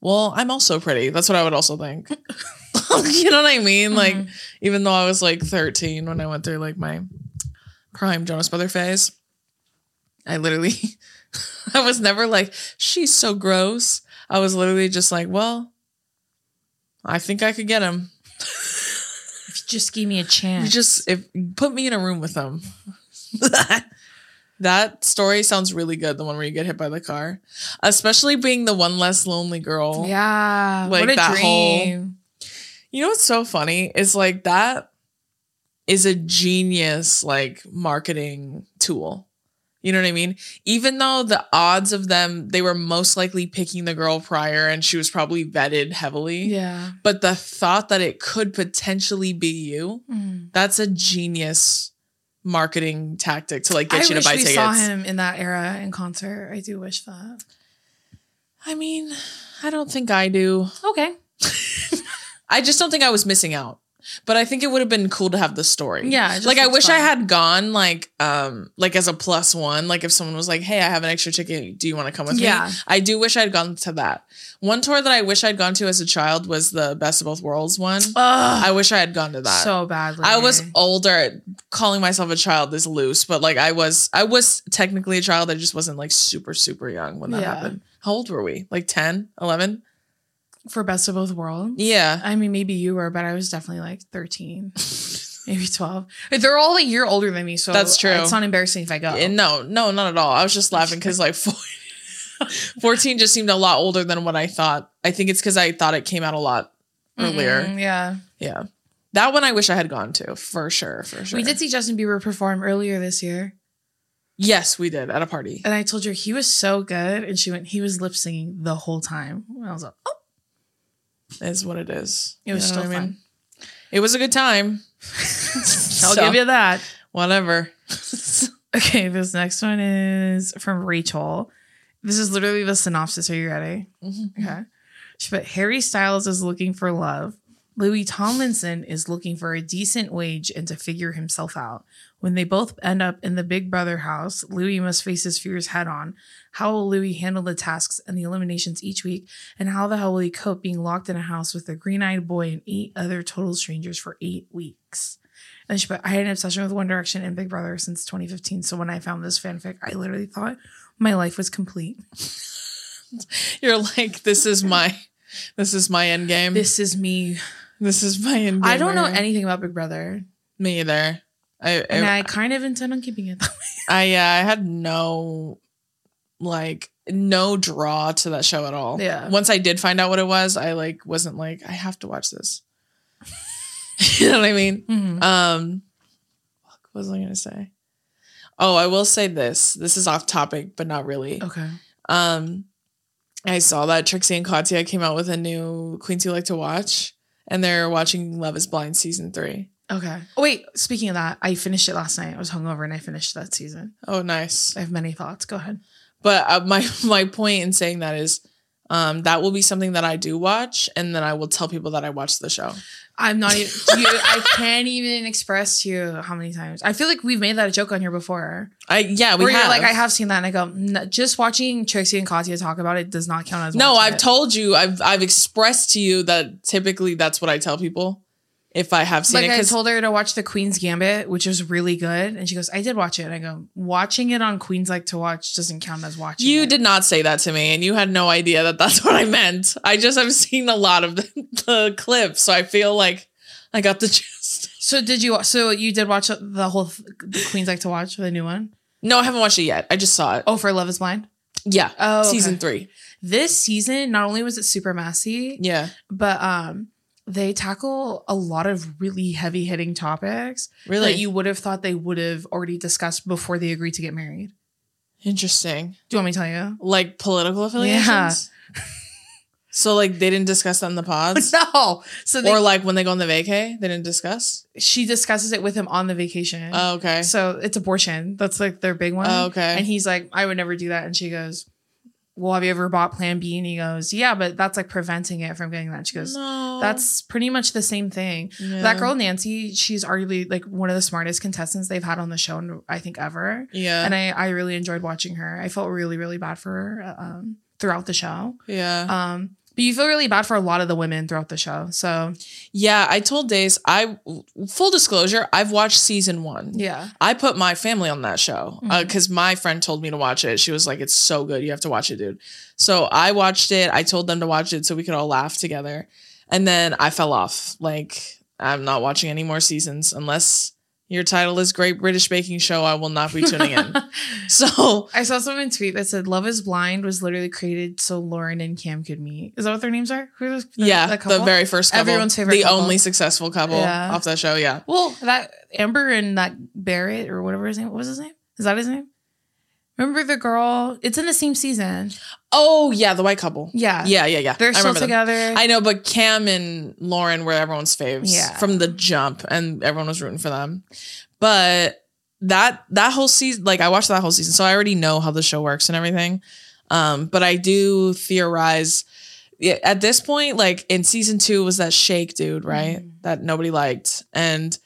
Speaker 2: well, I'm also pretty. That's what I would also think. <laughs> you know what I mean? Like,
Speaker 1: Mhm.
Speaker 2: even though I was like 13 when I went through like my prime Jonas Brother phase, I literally, <laughs> I was never like, she's so gross. I was literally just like, well, I think I could get him.
Speaker 1: If you just give me a
Speaker 2: You
Speaker 1: chance.
Speaker 2: just if put me in a room with them. <laughs> that story sounds really good. The one where you get hit by the car, especially being the one less lonely girl.
Speaker 1: yeah.
Speaker 2: Like
Speaker 1: what a
Speaker 2: that whole-
Speaker 1: dream.
Speaker 2: You know what's so funny is like that is a genius like marketing tool. You know what I mean? Even though the odds of them, they were most likely picking the girl prior and she was probably vetted heavily.
Speaker 1: Yeah.
Speaker 2: But the thought that it could potentially be you,
Speaker 1: Mm.
Speaker 2: that's a genius marketing tactic to like
Speaker 1: I
Speaker 2: get you to
Speaker 1: wish
Speaker 2: buy
Speaker 1: we
Speaker 2: tickets.
Speaker 1: saw him in that era in concert. I do wish that.
Speaker 2: I mean, I don't think I do.
Speaker 1: Okay.
Speaker 2: I just don't think I was missing out. But I think it would have been cool to have the story.
Speaker 1: Yeah, it just
Speaker 2: Like I
Speaker 1: looks
Speaker 2: wish I
Speaker 1: fun.
Speaker 2: had gone like um like as a plus one. Like if someone was like, Hey, I have an extra ticket, do you want to come with
Speaker 1: Yeah.
Speaker 2: me? I do wish I'd gone to that. One tour that I wish I'd gone to as a child was the best of both worlds one.
Speaker 1: Ugh,
Speaker 2: I wish I had gone to that.
Speaker 1: so badly.
Speaker 2: I was older. Calling myself a child is loose, but like I was, I was technically a child. I just wasn't like super, super young when that
Speaker 1: Yeah.
Speaker 2: happened. How old were we? Like 10, 11?
Speaker 1: for best of both worlds.
Speaker 2: Yeah.
Speaker 1: I mean, maybe you were, but I was definitely like 13, <laughs> maybe 12. They're all a year older than me, so
Speaker 2: That's true.
Speaker 1: It's not embarrassing if I go.
Speaker 2: And no, no, not at all. I was just laughing because like <laughs> four- 14 just seemed a lot older than what I thought. I think it's because I thought it came out a lot earlier.
Speaker 1: Mm-mm, Mm-hmm, yeah.
Speaker 2: Yeah. That one I wish I had gone to for sure. For sure.
Speaker 1: We did see Justin Bieber perform earlier this year,
Speaker 2: Yes, we did at a party.
Speaker 1: and I told her he was so good, and she went, he was lip singing the whole time. And I was like, oh, <laughs>
Speaker 2: Is what it is.
Speaker 1: it was
Speaker 2: You know
Speaker 1: still
Speaker 2: what I mean?
Speaker 1: fun.
Speaker 2: It was a good time.
Speaker 1: I'll
Speaker 2: So,
Speaker 1: give you
Speaker 2: <laughs>
Speaker 1: that.
Speaker 2: whatever.
Speaker 1: Okay, this next one is from Rachel. This is literally the synopsis. Are you ready? Okay. She put Harry Styles is looking for love. Louis Tomlinson is looking for a decent wage and to figure himself out. When they both end up in the Big Brother house, Louis must face his fears head on. How will Louis handle the tasks and the eliminations each week? And how the hell will he cope being locked in a house with a green eyed boy and eight other total strangers for eight weeks? And she put, I had an obsession with One Direction and Big Brother since 2015. So when I found this fanfic, I literally thought my life was complete.
Speaker 2: You're like, this is my, this is my end game. This,
Speaker 1: This is me.
Speaker 2: is my end game.
Speaker 1: I don't know
Speaker 2: right here.
Speaker 1: anything about Big Brother.
Speaker 2: Me either. I,
Speaker 1: And
Speaker 2: I,
Speaker 1: I kind of intend on keeping
Speaker 2: <laughs>
Speaker 1: it.
Speaker 2: I, yeah, I had no, like, no draw to that show at all.
Speaker 1: Yeah.
Speaker 2: Once I did find out what it was, I like wasn't like I have to watch this. <laughs> you know what I mean? Um, fuck, what was I gonna say? Oh, I will say this. This is off topic, but not really.
Speaker 1: <laughs> Okay.
Speaker 2: Um, I saw that Trixie and Katya came out with a new Queens You Like to Watch, and they're watching Love is Blind season three.
Speaker 1: Okay. Oh, wait, speaking of that, I finished it last night. I was hungover and I finished that season.
Speaker 2: Oh, nice.
Speaker 1: I have many thoughts. Go ahead.
Speaker 2: But uh, my <laughs> my point in saying that is, um, that will be something that I do watch, and then I will tell people that I watched the show.
Speaker 1: I'm not
Speaker 2: <laughs>
Speaker 1: even, dude, I can't even express to you how many times. I feel like we've made that a joke on here before.
Speaker 2: I yeah, we
Speaker 1: where
Speaker 2: have
Speaker 1: you're like, I have seen that. And I go, "N- just watching Trixie and Katya talk about it does not count as
Speaker 2: No,
Speaker 1: watching it."
Speaker 2: I've told you. I've I've expressed to you that typically that's what I tell people if I have seen
Speaker 1: Like
Speaker 2: it.
Speaker 1: I
Speaker 2: 'cause-
Speaker 1: told her to watch The Queen's Gambit, which is really good, and she goes, "I did watch it." And I go, "Watching it on Queens like to watch doesn't count as watching."
Speaker 2: you
Speaker 1: it."
Speaker 2: did not say that to me, and you had no idea that that's <laughs> what I meant. I just have seen a lot of the, <laughs> the clips, so I feel like I got the <laughs> gist.
Speaker 1: So did you? So you did watch the whole th- the Queens like to watch the new one?
Speaker 2: No, I haven't watched it yet. I just saw it.
Speaker 1: Oh, for Love Is Blind.
Speaker 2: yeah,
Speaker 1: Oh, okay.
Speaker 2: season three.
Speaker 1: This season, not only was it super messy,
Speaker 2: Yeah,
Speaker 1: but um, they tackle a lot of really heavy hitting topics
Speaker 2: really
Speaker 1: that you would have thought they would have already discussed before they agreed to get married.
Speaker 2: interesting.
Speaker 1: Do you want me to tell you?
Speaker 2: Like political affiliations. <laughs> so like they didn't discuss that in the pods,
Speaker 1: <laughs> No. So they,
Speaker 2: or like when they go on the vacay, they didn't discuss.
Speaker 1: she discusses it with him on the vacation.
Speaker 2: Oh, okay.
Speaker 1: So it's abortion. That's like their big one.
Speaker 2: Oh, okay.
Speaker 1: And he's like, I would never do that. And she goes, Well, have you ever bought Plan B? And he goes, Yeah, but that's like preventing it from getting that. She goes,
Speaker 2: no,
Speaker 1: That's pretty much the same thing.
Speaker 2: Yeah.
Speaker 1: That girl, Nancy, she's arguably like one of the smartest contestants they've had on the show, I think, ever.
Speaker 2: Yeah.
Speaker 1: And I, I really enjoyed watching her. I felt really, really bad for her um, throughout the show.
Speaker 2: yeah.
Speaker 1: Um, but you feel really bad for a lot of the women throughout the show. So,
Speaker 2: yeah. I told Days, I, full disclosure, I've watched season one.
Speaker 1: yeah.
Speaker 2: I put my family on that show
Speaker 1: Mhm.
Speaker 2: because my friend told me to watch it. She was like, "It's so good, you have to watch it, dude." So I watched it. I told them to watch it so we could all laugh together, and then I fell off. Like I'm not watching any more seasons unless your title is Great British Baking Show. I will not be tuning
Speaker 1: <laughs>
Speaker 2: in. so
Speaker 1: I saw someone tweet that said "Love Is Blind" was literally created so Lauren and Cam could meet. Is that what their names are? Who are those? the-
Speaker 2: yeah,
Speaker 1: that
Speaker 2: the
Speaker 1: couple?
Speaker 2: very first couple,
Speaker 1: Everyone's favorite
Speaker 2: the
Speaker 1: couple.
Speaker 2: only successful couple
Speaker 1: Yeah.
Speaker 2: off that show. Yeah,
Speaker 1: well that Amber and that Barrett or whatever his name what was his name is that his name? Remember the girl? It's in the same season.
Speaker 2: Oh yeah, the white couple.
Speaker 1: Yeah,
Speaker 2: Yeah, yeah, yeah.
Speaker 1: they're still
Speaker 2: remember them.
Speaker 1: together.
Speaker 2: I know, but Cam and Lauren were everyone's faves
Speaker 1: Yeah.
Speaker 2: from the jump, and everyone was rooting for them. But that that whole season, like I watched that whole season, so I already know how the show works and everything. Um, but I do theorize yeah, at this point, like in season two was that Shake dude, right?
Speaker 1: Mhm.
Speaker 2: That nobody liked, and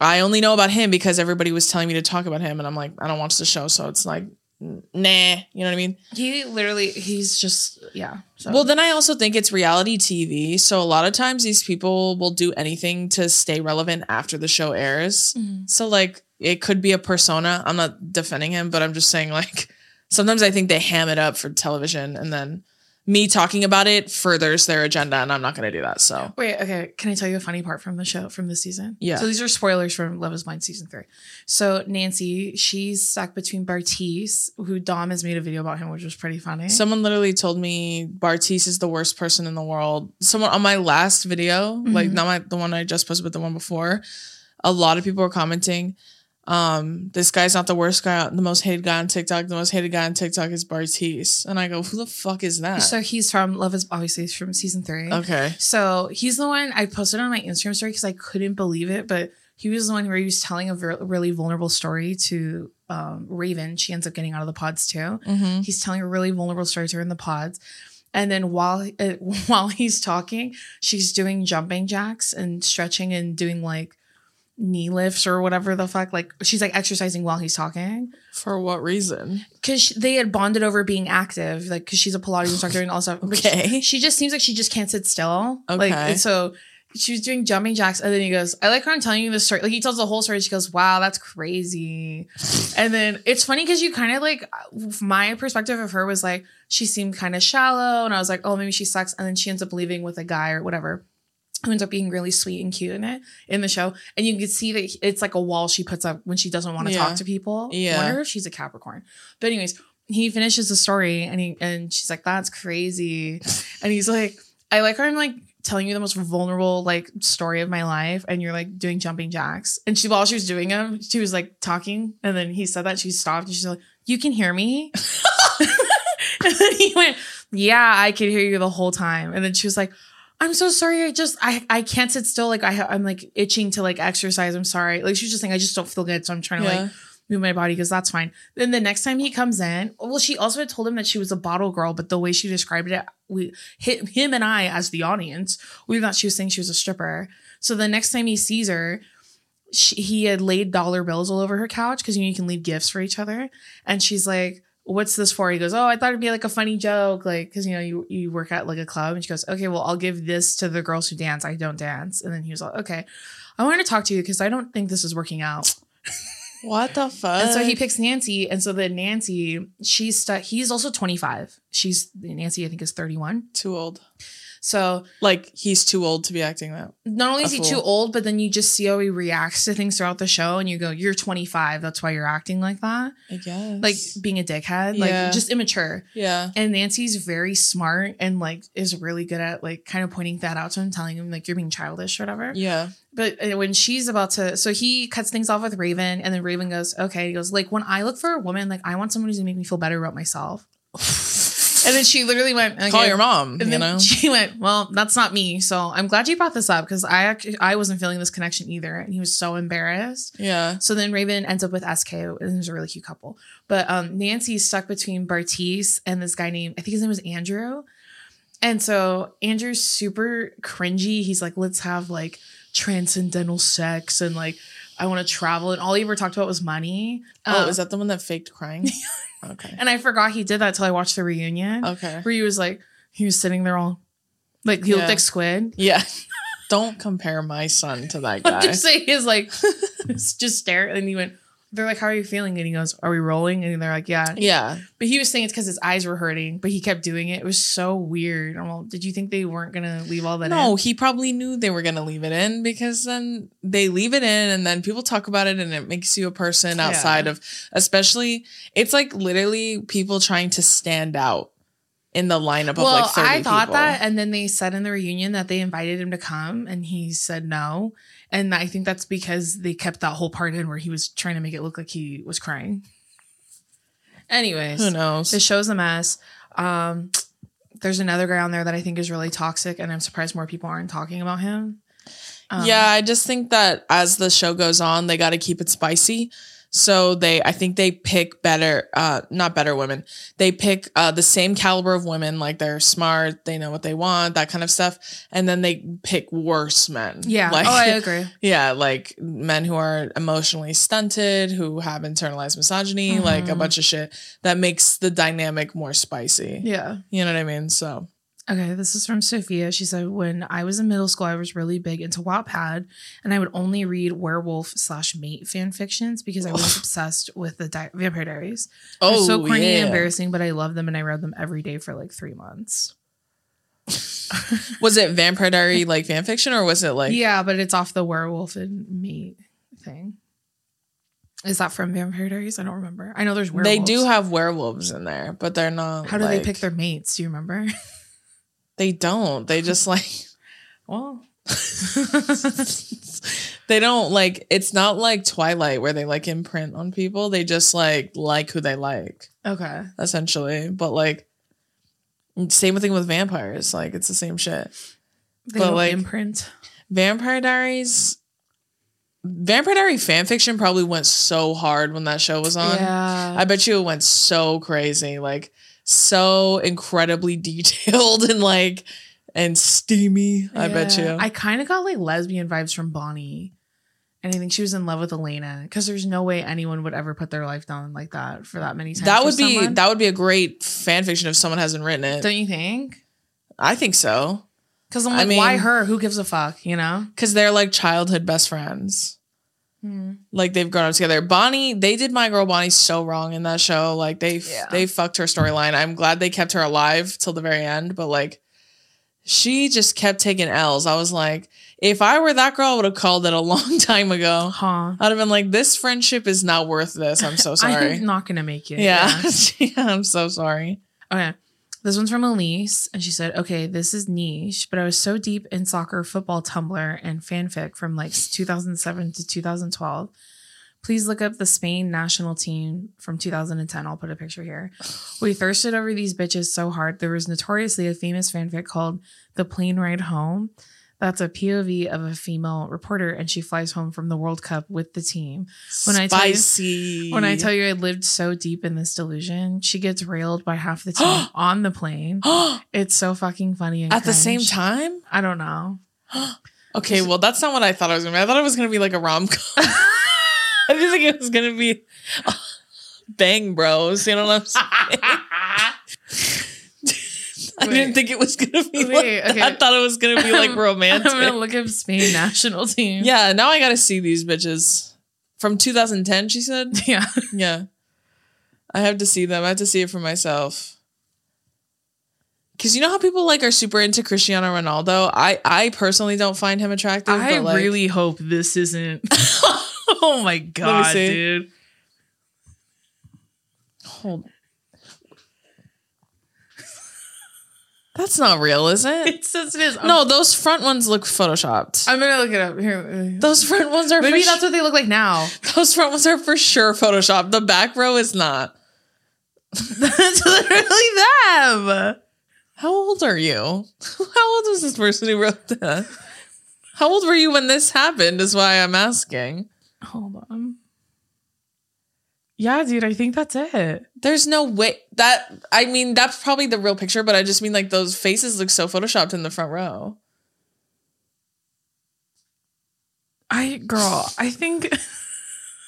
Speaker 2: I only know about him because everybody was telling me to talk about him, and I'm like, I don't watch the show, so it's like, n- nah, you know what I mean?
Speaker 1: he literally he's just yeah. So.
Speaker 2: Well, then I also think it's reality TV. So a lot of times these people will do anything to stay relevant after the show airs.
Speaker 1: Mhm.
Speaker 2: So like it could be a persona. I'm not defending him, but I'm just saying like sometimes I think they ham it up for television and then me talking about it furthers their agenda and I'm not going to do that. So
Speaker 1: Wait, okay. Can I tell you a funny part from the show from this season?
Speaker 2: Yeah.
Speaker 1: So these are spoilers from Love Is Blind season three. So Nancy, she's stuck between Bartiz, who Dom has made a video about him, which was pretty funny.
Speaker 2: someone literally told me Bartiz is the worst person in the world. Someone on my last video, like
Speaker 1: Mhm.
Speaker 2: not my the one I just posted, but the one before, a lot of people were commenting. Um, this guy's not the worst guy, the most hated guy on TikTok. The most hated guy on TikTok is Bartiz, and I go, who the fuck is that?
Speaker 1: So he's from Love is obviously he's from season three.
Speaker 2: okay,
Speaker 1: So he's the one I posted on my Instagram story because I couldn't believe it, but he was the one where he was telling a ver- really vulnerable story to um, Raven. She ends up getting out of the pods too.
Speaker 2: hmm
Speaker 1: He's telling a really vulnerable story to her in the pods. And then while uh, <laughs> while he's talking, she's doing jumping jacks and stretching and doing like knee lifts or whatever the fuck. Like she's like exercising while he's talking
Speaker 2: for what reason?
Speaker 1: because they had bonded over being active, like because she's a Pilates instructor and all stuff. but she-
Speaker 2: <laughs> Okay.
Speaker 1: She, just seems like she just can't sit still.
Speaker 2: Okay.
Speaker 1: Like and so she was doing jumping jacks, and then he goes, "I like how I'm telling you this story." Like he tells the whole story. She goes, "Wow, that's crazy." and then it's funny because you kind of like my perspective of her was like she seemed kind of shallow, and I was like, "Oh, maybe she sucks." And then she ends up leaving with a guy or whatever. Who ends up being really sweet and cute in it in the show, and you can see that it's like a wall she puts up when she doesn't want to
Speaker 2: Yeah.
Speaker 1: talk to people.
Speaker 2: Yeah.
Speaker 1: wonder if she's a Capricorn. But anyways, he finishes the story and he and she's like, "That's crazy," and he's like, "I like how I'm like telling you the most vulnerable like story of my life, and you're like doing jumping jacks." And she while she was doing them, she was like talking, and then he said that she stopped and she's like, "You can hear me." <laughs> And then he went, Yeah, I could hear you the whole time. And then she was like, I'm so sorry. I just I I can't sit still. Like I ha- I'm like itching to like exercise. I'm sorry. Like she was just saying, I just don't feel good. So I'm trying to like
Speaker 2: Yeah.
Speaker 1: move my body because that's fine. Then the next time he comes in, well, she also had told him that she was a bottle girl, but the way she described it, we hit him and I as the audience, we thought she was saying she was a stripper. So the next time he sees her, she, he had laid dollar bills all over her couch because you know you can leave gifts for each other, and she's like. What's this for? He goes, Oh, I thought it'd be like a funny joke. Like, cause you know, you, you work at like a club. And she goes, Okay, well, I'll give this to the girls who dance. I don't dance. And then he was like, Okay, I wanted to talk to you because I don't think this is working out.
Speaker 2: What the fuck?
Speaker 1: And so he picks Nancy, and so then Nancy, she's stuck. He's also 25. She's Nancy, I think, is 31.
Speaker 2: too old.
Speaker 1: So
Speaker 2: Like he's too old to be acting that.
Speaker 1: not only
Speaker 2: A
Speaker 1: is he
Speaker 2: fool.
Speaker 1: too old, but then you just see how he reacts to things throughout the show, and you go, "You're 25. That's why you're acting like that,
Speaker 2: I guess.
Speaker 1: like being a dickhead, like
Speaker 2: Yeah.
Speaker 1: just immature."
Speaker 2: yeah.
Speaker 1: And Nancy's very smart and like is really good at like kind of pointing that out to him, telling him like you're being childish or whatever. <sighs>
Speaker 2: Yeah.
Speaker 1: But uh, when she's about to, so he cuts things off with Raven, and then Raven goes, "Okay." He goes, "Like when I look for a woman, like I want someone who's gonna make me feel better about myself." And then she literally went, okay.
Speaker 2: Call your mom,
Speaker 1: And
Speaker 2: you
Speaker 1: then
Speaker 2: know?
Speaker 1: she <laughs> went, well, that's not me. So I'm glad you brought this up because I actually, I wasn't feeling this connection either, and he was so embarrassed.
Speaker 2: yeah.
Speaker 1: So then Raven ends up with SK, and there's a really cute couple. But um, Nancy's stuck between Bartiz and this guy named I think his name was Andrew. And so Andrew's super cringy. He's like, let's have like transcendental sex and like I want to travel. And all he ever talked about was money.
Speaker 2: Oh,
Speaker 1: Um,
Speaker 2: is that the one that
Speaker 1: <laughs>
Speaker 2: faked crying? okay.
Speaker 1: and I forgot he did that till I watched the reunion
Speaker 2: Okay.
Speaker 1: where he was like he was sitting there all like he looked
Speaker 2: Yeah.
Speaker 1: like squid.
Speaker 2: Yeah. <laughs> Don't compare my son to that
Speaker 1: I'm
Speaker 2: guy.
Speaker 1: just saying he's like <laughs> just stare and he went. They're like, "How are you feeling?" And he goes, "Are we rolling?" And they're like, "Yeah."
Speaker 2: yeah.
Speaker 1: But he was saying it's because his eyes were hurting, but he kept doing it. It was so weird. I'm all, did you think they weren't gonna leave all that?
Speaker 2: No,
Speaker 1: in?
Speaker 2: he probably knew they were going to leave it in because then they leave it in and then people talk about it and it makes you a person
Speaker 1: Yeah.
Speaker 2: outside of, especially, it's like literally people trying to stand out in the lineup
Speaker 1: Well,
Speaker 2: of like 30
Speaker 1: I thought
Speaker 2: people.
Speaker 1: that, and then they said in the reunion that they invited him to come, and he said no. And I think that's because they kept that whole part in where he was trying to make it look like he was crying. Anyways,
Speaker 2: Who knows?
Speaker 1: The show's a mess. Um, there's another guy on there that I think is really toxic, and I'm surprised more people aren't talking about him. Um,
Speaker 2: yeah, I just think that as the show goes on, they got to keep it spicy. So they, I think they pick better, uh, not better women. They pick uh, the same caliber of women, like they're smart, they know what they want, that kind of stuff. And then they pick worse men.
Speaker 1: yeah.
Speaker 2: Like,
Speaker 1: oh,
Speaker 2: <laughs>
Speaker 1: I agree.
Speaker 2: yeah, like men who are emotionally stunted, who have internalized misogyny, like a
Speaker 1: Mhm.
Speaker 2: bunch of shit that makes the dynamic more spicy.
Speaker 1: Yeah.
Speaker 2: You know what I mean? So
Speaker 1: Okay, this is from Sophia. She said, "When I was in middle school, I was really big into Wattpad, and I would only read werewolf slash mate fan fictions because I
Speaker 2: Oh.
Speaker 1: was obsessed with the di- Vampire Diaries. They're so corny and embarrassing, but I love them, and I read them every day for like three months.
Speaker 2: Was it Vampire Diary like fan fiction or was it like
Speaker 1: yeah, but it's off the werewolf and mate thing. Is that from Vampire Diaries? I don't remember. I know there's werewolves.
Speaker 2: They do have werewolves in there, but they're not.
Speaker 1: How do
Speaker 2: like-
Speaker 1: they pick their mates? Do you
Speaker 2: <laughs>
Speaker 1: remember?
Speaker 2: They don't. They just like. <laughs>
Speaker 1: Well,
Speaker 2: they don't like. It's not like Twilight where they like imprint on people. They just like like who they like
Speaker 1: okay.
Speaker 2: essentially. But like, same thing with vampires. Like it's the same shit.
Speaker 1: They
Speaker 2: But,
Speaker 1: don't
Speaker 2: like-
Speaker 1: imprint.
Speaker 2: Vampire Diaries. Vampire Diary fanfiction probably went so hard when that show was on.
Speaker 1: yeah.
Speaker 2: I bet you it went so crazy, like so incredibly <laughs> detailed and like and steamy. I bet you.
Speaker 1: Yeah. I kind of got like lesbian vibes from Bonnie. And I think she was in love with Elena because there's no way anyone would ever put their life down like that for that many times.
Speaker 2: that
Speaker 1: for
Speaker 2: would be
Speaker 1: someone.
Speaker 2: that would be a great fan fiction if someone hasn't written it.
Speaker 1: Don't you think?
Speaker 2: I think so
Speaker 1: Because I'm
Speaker 2: I
Speaker 1: like, why
Speaker 2: mean-
Speaker 1: her? Who gives a fuck? You know?
Speaker 2: because they're like childhood best friends. Like they've grown up together. Bonnie, they did my girl Bonnie so wrong in that show. Like they f-
Speaker 1: Yeah.
Speaker 2: they fucked her storyline. I'm glad they kept her alive till the very end, but like she just kept taking L's. I was like, if I were that girl, I would have called it a <laughs> long time ago.
Speaker 1: Huh.
Speaker 2: I'd have been like, this friendship is not worth this.
Speaker 1: <laughs>
Speaker 2: I'm so Oh, sorry.
Speaker 1: I'm not going to make it.
Speaker 2: yeah. <laughs> Yeah, I'm so sorry.
Speaker 1: Okay. This one's from Elise, and she said, "Okay, this is niche, but I was so deep in soccer, football, Tumblr, and fanfic from like 2007 to 2012. Please look up the Spain national team from 2010. I'll put a picture here. We thirsted over these bitches so hard. There was notoriously a famous fanfic called The Plane Ride Home. That's a POV of a female reporter, and she flies home from the World Cup with the team. When I tell you-
Speaker 2: Spicy.
Speaker 1: When
Speaker 2: <gasps>
Speaker 1: I tell you I lived so deep in this delusion, she gets railed by half the team on the plane. It's so fucking funny. And
Speaker 2: at the same
Speaker 1: cringe.
Speaker 2: time.
Speaker 1: I don't
Speaker 2: <laughs>
Speaker 1: know. <laughs>
Speaker 2: Okay, well, that's not what I thought I was gonna be. I thought it was gonna be like a rom
Speaker 1: <laughs>
Speaker 2: com. <laughs> I didn't think it was gonna be <laughs> bang bros. You know what I'm saying? I didn't
Speaker 1: Wait.
Speaker 2: think it was gonna be.
Speaker 1: Wait,
Speaker 2: like that. I
Speaker 1: okay.
Speaker 2: thought it was gonna be
Speaker 1: <laughs>
Speaker 2: like
Speaker 1: I'm
Speaker 2: romantic.
Speaker 1: gonna look up Spain national team.
Speaker 2: yeah, now I gotta see these bitches from 2010. She said,
Speaker 1: yeah.
Speaker 2: "Yeah, I have to see them. I have to see it for myself." Because you know how people like are super into Cristiano Ronaldo. I I personally don't find him attractive.
Speaker 1: I
Speaker 2: <laughs> but, like,
Speaker 1: really hope this
Speaker 2: <laughs>
Speaker 1: isn't. oh my god,
Speaker 2: see.
Speaker 1: dude.
Speaker 2: Hold. That's not real,
Speaker 1: <laughs>
Speaker 2: is it?
Speaker 1: It says it is. I'm-
Speaker 2: No, those front ones look photoshopped.
Speaker 1: I'm gonna look it up here.
Speaker 2: those front ones are
Speaker 1: Maybe
Speaker 2: for
Speaker 1: that's what they look like
Speaker 2: <laughs>
Speaker 1: now.
Speaker 2: su- those front ones are for sure photoshopped. The back row is not.
Speaker 1: that's literally them.
Speaker 2: How old are you? <laughs> How old was this person who wrote that? How old were you when this happened? Is why I'm asking.
Speaker 1: Hold on. Yeah, dude. I think that's it.
Speaker 2: There's no way that I mean that's probably the real picture, but I just mean like those faces look so photoshopped in the front row.
Speaker 1: I girl. I think.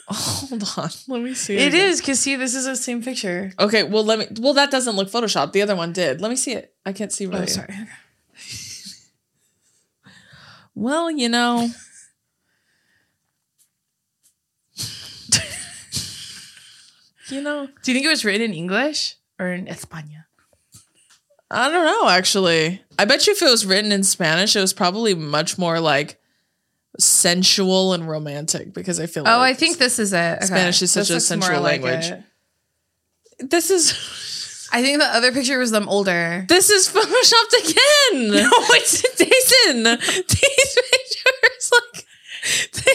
Speaker 2: Hold on, let me see.
Speaker 1: It
Speaker 2: again.
Speaker 1: is because see, this is the same picture.
Speaker 2: Okay, well let me. Well, that doesn't look photoshopped. The other one did. Let me see it. I can't see. Really.
Speaker 1: Oh, sorry.
Speaker 2: Well, you know. you know,
Speaker 1: Do you think it was written in English or in España?
Speaker 2: I don't know. Actually, I bet you if it was written in Spanish, it was probably much more like sensual and romantic because I feel.
Speaker 1: Oh, I
Speaker 2: like
Speaker 1: think this is it. Okay.
Speaker 2: Spanish is such
Speaker 1: This
Speaker 2: a
Speaker 1: looks more
Speaker 2: sensual
Speaker 1: like
Speaker 2: language.
Speaker 1: it.
Speaker 2: this is
Speaker 1: I think the other picture was them older.
Speaker 2: this is photoshopped
Speaker 1: <laughs>
Speaker 2: again. No, it's Jason. These pictures, like,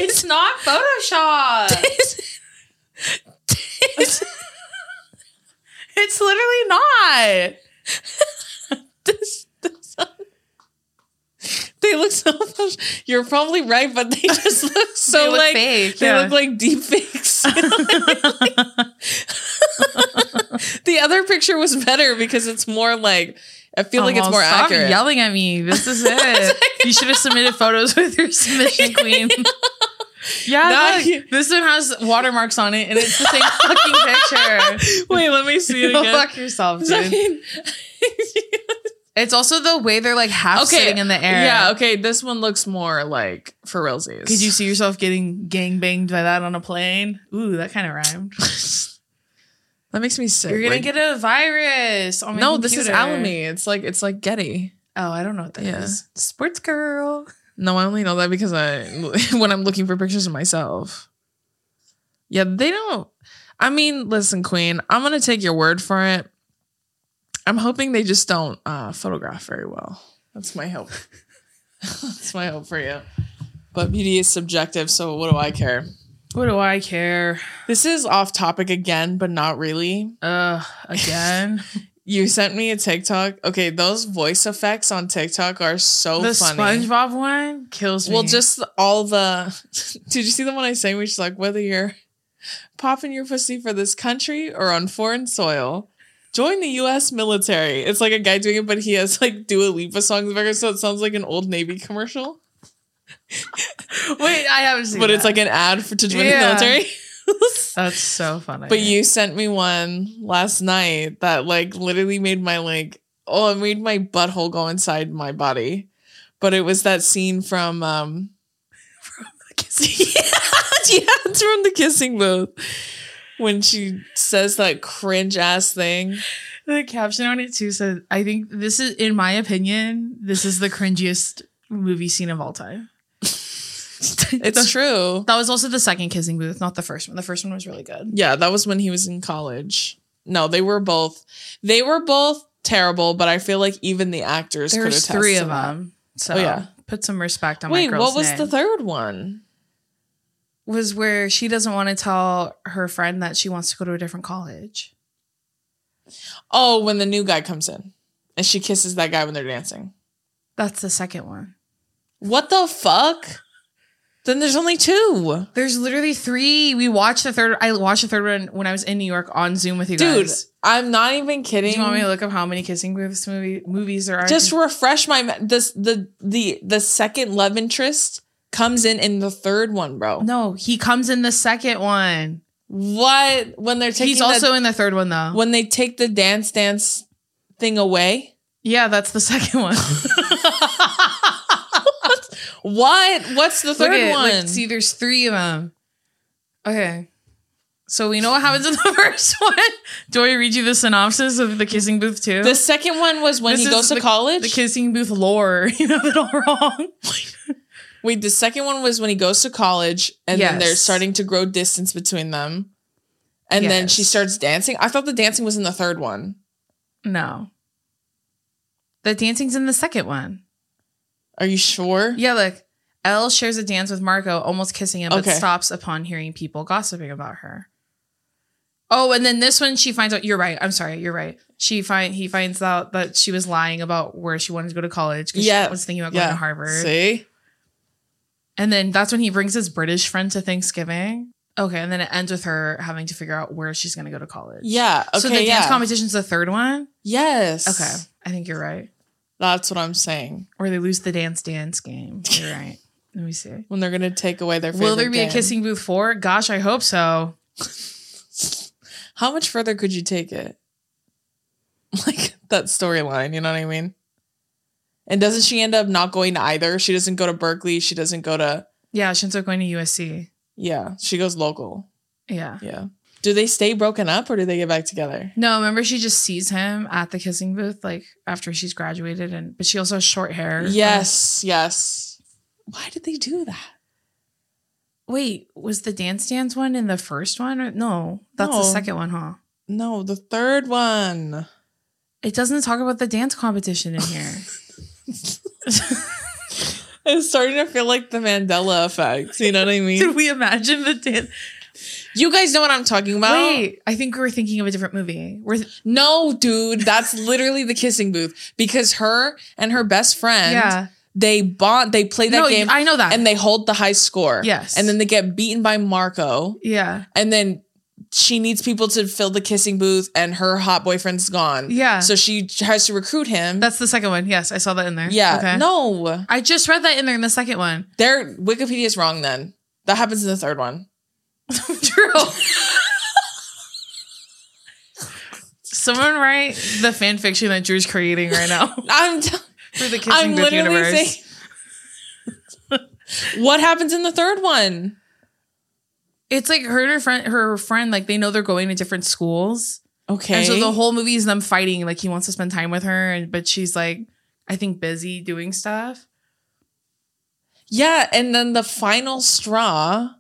Speaker 1: It's not Photoshop.
Speaker 2: this-
Speaker 1: <laughs> it's literally not.
Speaker 2: this, this they look so much. You're probably right, but they
Speaker 1: <laughs>
Speaker 2: just look so
Speaker 1: they look
Speaker 2: like
Speaker 1: fake.
Speaker 2: they
Speaker 1: yeah.
Speaker 2: look like deep
Speaker 1: <laughs>
Speaker 2: fakes. the other picture was better because it's more like I feel like it's
Speaker 1: Amal,
Speaker 2: more
Speaker 1: stop
Speaker 2: accurate.
Speaker 1: Yelling at me. This <laughs> is it. you should have submitted photos with your <laughs> submission queen. Yeah,
Speaker 2: Nah,
Speaker 1: look,
Speaker 2: you-
Speaker 1: this one has watermarks on it, and it's the same fucking picture.
Speaker 2: <laughs> Wait, let me see
Speaker 1: <laughs>
Speaker 2: it
Speaker 1: Go
Speaker 2: again.
Speaker 1: fuck yourself,
Speaker 2: <laughs> I
Speaker 1: dude.
Speaker 2: mean,
Speaker 1: It's also the way they're like half
Speaker 2: Okay,
Speaker 1: sitting in the air.
Speaker 2: yeah, okay. This one looks more like for realsies.
Speaker 1: Could you
Speaker 2: <laughs>
Speaker 1: see yourself getting gang banged by that on a plane? Ooh, that kind of
Speaker 2: <laughs>
Speaker 1: rhymed.
Speaker 2: That makes me sick.
Speaker 1: You're gonna
Speaker 2: like-
Speaker 1: get a virus. On my
Speaker 2: no. This is
Speaker 1: computer.
Speaker 2: Alamy. It's like it's like Getty.
Speaker 1: Oh, I don't know what that is.
Speaker 2: Yeah.
Speaker 1: Sports girl.
Speaker 2: No, I only know that because I <laughs> when I'm looking for pictures of myself. Yeah, they don't. I mean, listen, Queen, I'm gonna take your word for it. I'm hoping they just don't uh, photograph very well. That's my
Speaker 1: <laughs>
Speaker 2: hope. That's my hope for you. But beauty is subjective, so what do I care?
Speaker 1: What do I care?
Speaker 2: This is off topic again, but not really.
Speaker 1: Uh, again.
Speaker 2: You sent me a TikTok. Okay, those voice effects on TikTok are <laughs> so
Speaker 1: the
Speaker 2: funny.
Speaker 1: SpongeBob one kills me.
Speaker 2: Well, just all the. <laughs> Did you see the one I sang? Which is like whether you're popping your pussy for this country or on foreign soil, join the U.S. military. It's like a guy doing it, but he has like Dua Lipa songs in the background, so it sounds like an old Navy commercial.
Speaker 1: <laughs> wait. I haven't seen.
Speaker 2: But it's
Speaker 1: that.
Speaker 2: like an ad for to join
Speaker 1: Yeah.
Speaker 2: the military.
Speaker 1: <laughs>
Speaker 2: <laughs>
Speaker 1: that's so funny.
Speaker 2: but you sent me one last night that like literally made my like oh it made my butthole go inside my body. But it was that scene from um <laughs> yeah, it's from the kissing booth. When she says that cringe ass thing.
Speaker 1: the caption on it too says, "I think this is, in my opinion, this is the cringiest movie scene of all time."
Speaker 2: <laughs> It's true.
Speaker 1: That was also the second kissing booth, not the first one. The first one was really good.
Speaker 2: Yeah, that was when he was in college. No, they were both they were both terrible, but I feel like even the actors could
Speaker 1: There's
Speaker 2: attest
Speaker 1: three
Speaker 2: to
Speaker 1: of
Speaker 2: that.
Speaker 1: them. So
Speaker 2: Oh, yeah.
Speaker 1: put some respect on
Speaker 2: Wait,
Speaker 1: my girl's
Speaker 2: what was
Speaker 1: name.
Speaker 2: the third one?
Speaker 1: was where she doesn't want to tell her friend that she wants to go to a different college.
Speaker 2: Oh, when the new guy comes in and she kisses that guy when they're dancing.
Speaker 1: That's the second one.
Speaker 2: What the fuck? Then there's only two.
Speaker 1: There's literally three. We watched the third. I watched the third one when I was in New York on Zoom with you
Speaker 2: Dude,
Speaker 1: guys.
Speaker 2: I'm not even kidding.
Speaker 1: Do you want me to look up how many kissing booths movie movies there are?
Speaker 2: Just refresh my me- this the the the second love interest comes in in the third one, bro.
Speaker 1: no, he comes in the second one.
Speaker 2: What when they're taking
Speaker 1: He's
Speaker 2: the-
Speaker 1: also in the third one though.
Speaker 2: when they take the dance dance thing away.
Speaker 1: Yeah, that's the <laughs> second
Speaker 2: <laughs>
Speaker 1: one.
Speaker 2: What? What's the third
Speaker 1: Look at-
Speaker 2: one?
Speaker 1: look- see, there's three of them. Okay. So we know
Speaker 2: <laughs>
Speaker 1: what happens in the <laughs> first one. Do I read you the synopsis of the kissing booth too?
Speaker 2: the second one was when
Speaker 1: This
Speaker 2: he
Speaker 1: is
Speaker 2: goes to
Speaker 1: the-
Speaker 2: college.
Speaker 1: the kissing booth lore. <laughs> You have it all wrong.
Speaker 2: Wait, the second one was when he goes to college and then they're
Speaker 1: Yes.
Speaker 2: starting to grow distance between them. And then she
Speaker 1: Yes.
Speaker 2: starts dancing. I thought the dancing was in the third one.
Speaker 1: No. The dancing's in the second one.
Speaker 2: Are you sure?
Speaker 1: Yeah, look. Elle shares a dance with Marco, almost kissing him, but
Speaker 2: Okay.
Speaker 1: stops upon hearing people gossiping about her. Oh, and then this one she finds out you're right. I'm sorry, you're right. She find he finds out that she was lying about where she wanted to go to college because
Speaker 2: Yeah.
Speaker 1: she was thinking about going
Speaker 2: Yeah.
Speaker 1: to Harvard.
Speaker 2: See?
Speaker 1: And then that's when he brings his British friend to Thanksgiving. Okay, and then it ends with her having to figure out where she's gonna go to college.
Speaker 2: Yeah. Okay.
Speaker 1: so the
Speaker 2: yeah.
Speaker 1: dance competition's the third one.
Speaker 2: yes.
Speaker 1: Okay. I think you're right.
Speaker 2: That's what I'm saying.
Speaker 1: Or they lose the dance dance game.
Speaker 2: <laughs>
Speaker 1: You're right. Let me see.
Speaker 2: When they're gonna take away their favorite
Speaker 1: Will there be a
Speaker 2: dance.
Speaker 1: kissing booth four? Gosh, I hope so.
Speaker 2: How much further could you take it? <laughs> Like that storyline, you know what I mean? And doesn't she end up not going to either? She doesn't go to Berkeley. She doesn't go to
Speaker 1: Yeah, Shinzo going to USC.
Speaker 2: yeah. She goes local.
Speaker 1: Yeah.
Speaker 2: Yeah. Do they stay broken up or do they get back together?
Speaker 1: No, remember she just sees him at the kissing booth, like after she's graduated, and but she also has short hair. Um,
Speaker 2: Yes, yes. Why did they do that?
Speaker 1: Uh, wait, was the dance dance one in the first one? Or, no, that's the
Speaker 2: No.
Speaker 1: second one, huh?
Speaker 2: No, the third one.
Speaker 1: It doesn't talk about the dance competition in here.
Speaker 2: <laughs>
Speaker 1: <laughs>
Speaker 2: It's starting to feel like the Mandela effect. You know what I
Speaker 1: <laughs>
Speaker 2: mean?
Speaker 1: Did we imagine the dance?
Speaker 2: you guys know what I'm talking about.
Speaker 1: Wait, I think we're thinking of a different movie. We're th-
Speaker 2: No, dude, that's literally the kissing booth because her and her best friend,
Speaker 1: yeah,
Speaker 2: they bond, they play that
Speaker 1: no,
Speaker 2: game
Speaker 1: I know that.
Speaker 2: and they hold the high score.
Speaker 1: Yes.
Speaker 2: And then they get beaten by Marco.
Speaker 1: yeah,
Speaker 2: And then she needs people to fill the kissing booth and her hot boyfriend's gone.
Speaker 1: yeah.
Speaker 2: So she tries to recruit him.
Speaker 1: That's the second one. Yes, I saw that in there.
Speaker 2: yeah.
Speaker 1: Okay.
Speaker 2: No.
Speaker 1: I just read that in there in the second one.
Speaker 2: Their Wikipedia is wrong then. That happens in the third one.
Speaker 1: True. Someone write the fan fiction that Drew's creating right now <laughs>
Speaker 2: I'm t-
Speaker 1: for the kissing
Speaker 2: I'm
Speaker 1: booth
Speaker 2: literally
Speaker 1: universe.
Speaker 2: saying <laughs> What happens in the third one?
Speaker 1: it's like her and her friend, her friend, like they know they're going to different schools,
Speaker 2: Okay.
Speaker 1: and so the whole movie is them fighting. Like he wants to spend time with her, and but she's like, I think busy doing stuff.
Speaker 2: Yeah, and then the final straw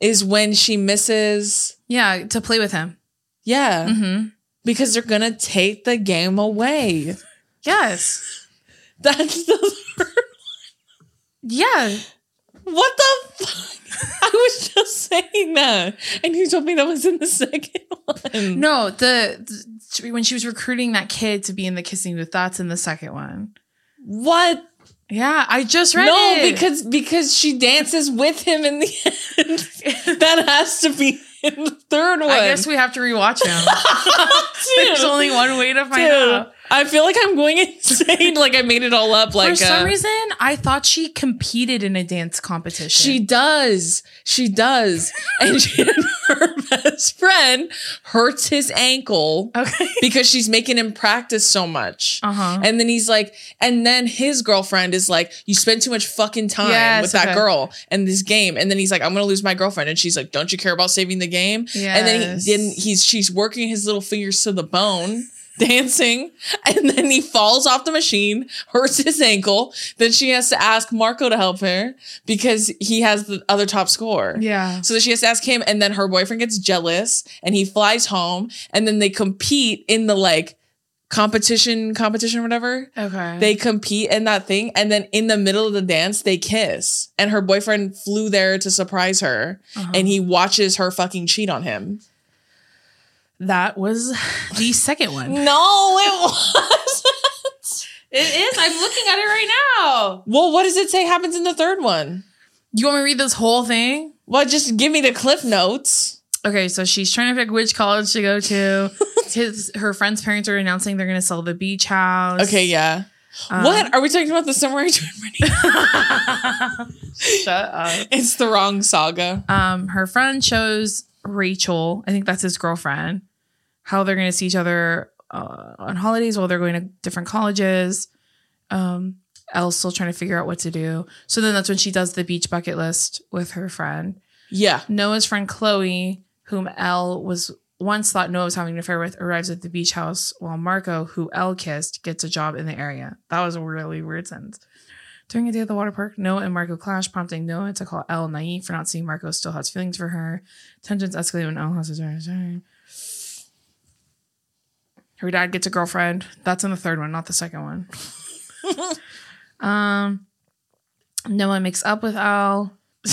Speaker 2: is when she misses.
Speaker 1: Yeah, to play with him.
Speaker 2: Yeah,
Speaker 1: Mm-hmm.
Speaker 2: because they're gonna take the game away. <laughs>
Speaker 1: Yes.
Speaker 2: That's the
Speaker 1: Yeah.
Speaker 2: what the fuck. <laughs> I was just saying that, and you told me that was in the second one.
Speaker 1: No, the, the when she was recruiting that kid to be in the kissing booth, that's in the second one.
Speaker 2: what?
Speaker 1: Yeah, I just read
Speaker 2: No,
Speaker 1: it.
Speaker 2: because because she dances with him in the <laughs> end. that has to be in the third one.
Speaker 1: I
Speaker 2: <laughs>
Speaker 1: guess we have to rewatch <laughs> him. There's
Speaker 2: Dude.
Speaker 1: only one way to find
Speaker 2: Dude,
Speaker 1: out.
Speaker 2: I feel like I'm going <laughs> insane. like I made it all up. Like
Speaker 1: For some
Speaker 2: uh,
Speaker 1: reason, I thought she competed in a dance competition.
Speaker 2: She does. She <laughs> does. And, she, her best friend hurts his <laughs> ankle
Speaker 1: <laughs> okay.
Speaker 2: because she's making him practice so much.
Speaker 1: Uh huh.
Speaker 2: And then he's like, and then his girlfriend is like, you spend too much fucking time
Speaker 1: Yes,
Speaker 2: with that
Speaker 1: okay.
Speaker 2: girl and this game. And then he's like, I'm gonna lose my girlfriend. And she's like, Don't you care about saving the game? And then
Speaker 1: Yes.
Speaker 2: he, then he's she's working his little fingers to the bone, <laughs> dancing, and then he falls off the machine, hurts his ankle. Then she has to ask Marco to help her because he has the other top score.
Speaker 1: Yeah.
Speaker 2: So then she has to ask him, and then her boyfriend gets jealous and he flies home, and then they compete in the like competition, competition, or whatever.
Speaker 1: Okay.
Speaker 2: They compete in that thing, and then in the middle of the dance, they kiss. And her boyfriend flew there to surprise her,
Speaker 1: Uh-huh.
Speaker 2: and he watches her fucking cheat on him.
Speaker 1: that was the second
Speaker 2: No,
Speaker 1: one. <laughs>
Speaker 2: it was.
Speaker 1: It is. I'm looking at it right now.
Speaker 2: well, what does it say happens in the third one?
Speaker 1: You want me to read this whole thing?
Speaker 2: Well, just give me the cliff notes.
Speaker 1: Okay, so she's trying to pick which college to go <laughs> to. His, her friend's parents are announcing they're going to sell the beach house.
Speaker 2: Okay, yeah.
Speaker 1: Um,
Speaker 2: what are we talking about? The <laughs> samurai
Speaker 1: <laughs>
Speaker 2: twin?
Speaker 1: Shut up.
Speaker 2: <laughs> it's the wrong saga.
Speaker 1: Um, her friend shows Rachel, I think that's his girlfriend, how they're going to see each other uh, on holidays while they're going to different colleges. Um, Elle's still trying to figure out what to do. So then that's when she does the beach bucket list with her friend.
Speaker 2: Yeah.
Speaker 1: Noah's friend Chloe, whom Elle was once thought Noah was having an affair with, arrives at the beach house while Marco, who Elle kissed, gets a job in the area. That was a really weird sentence. During a day at the water park, Noah and Marco clash, prompting Noah to call Elle naive for not seeing Marco still has feelings for her. Tensions escalate when Elle has a turn. Her dad gets a girlfriend. That's in the third one, not the second
Speaker 2: <laughs>
Speaker 1: one. um, Noah makes up with Elle. <laughs>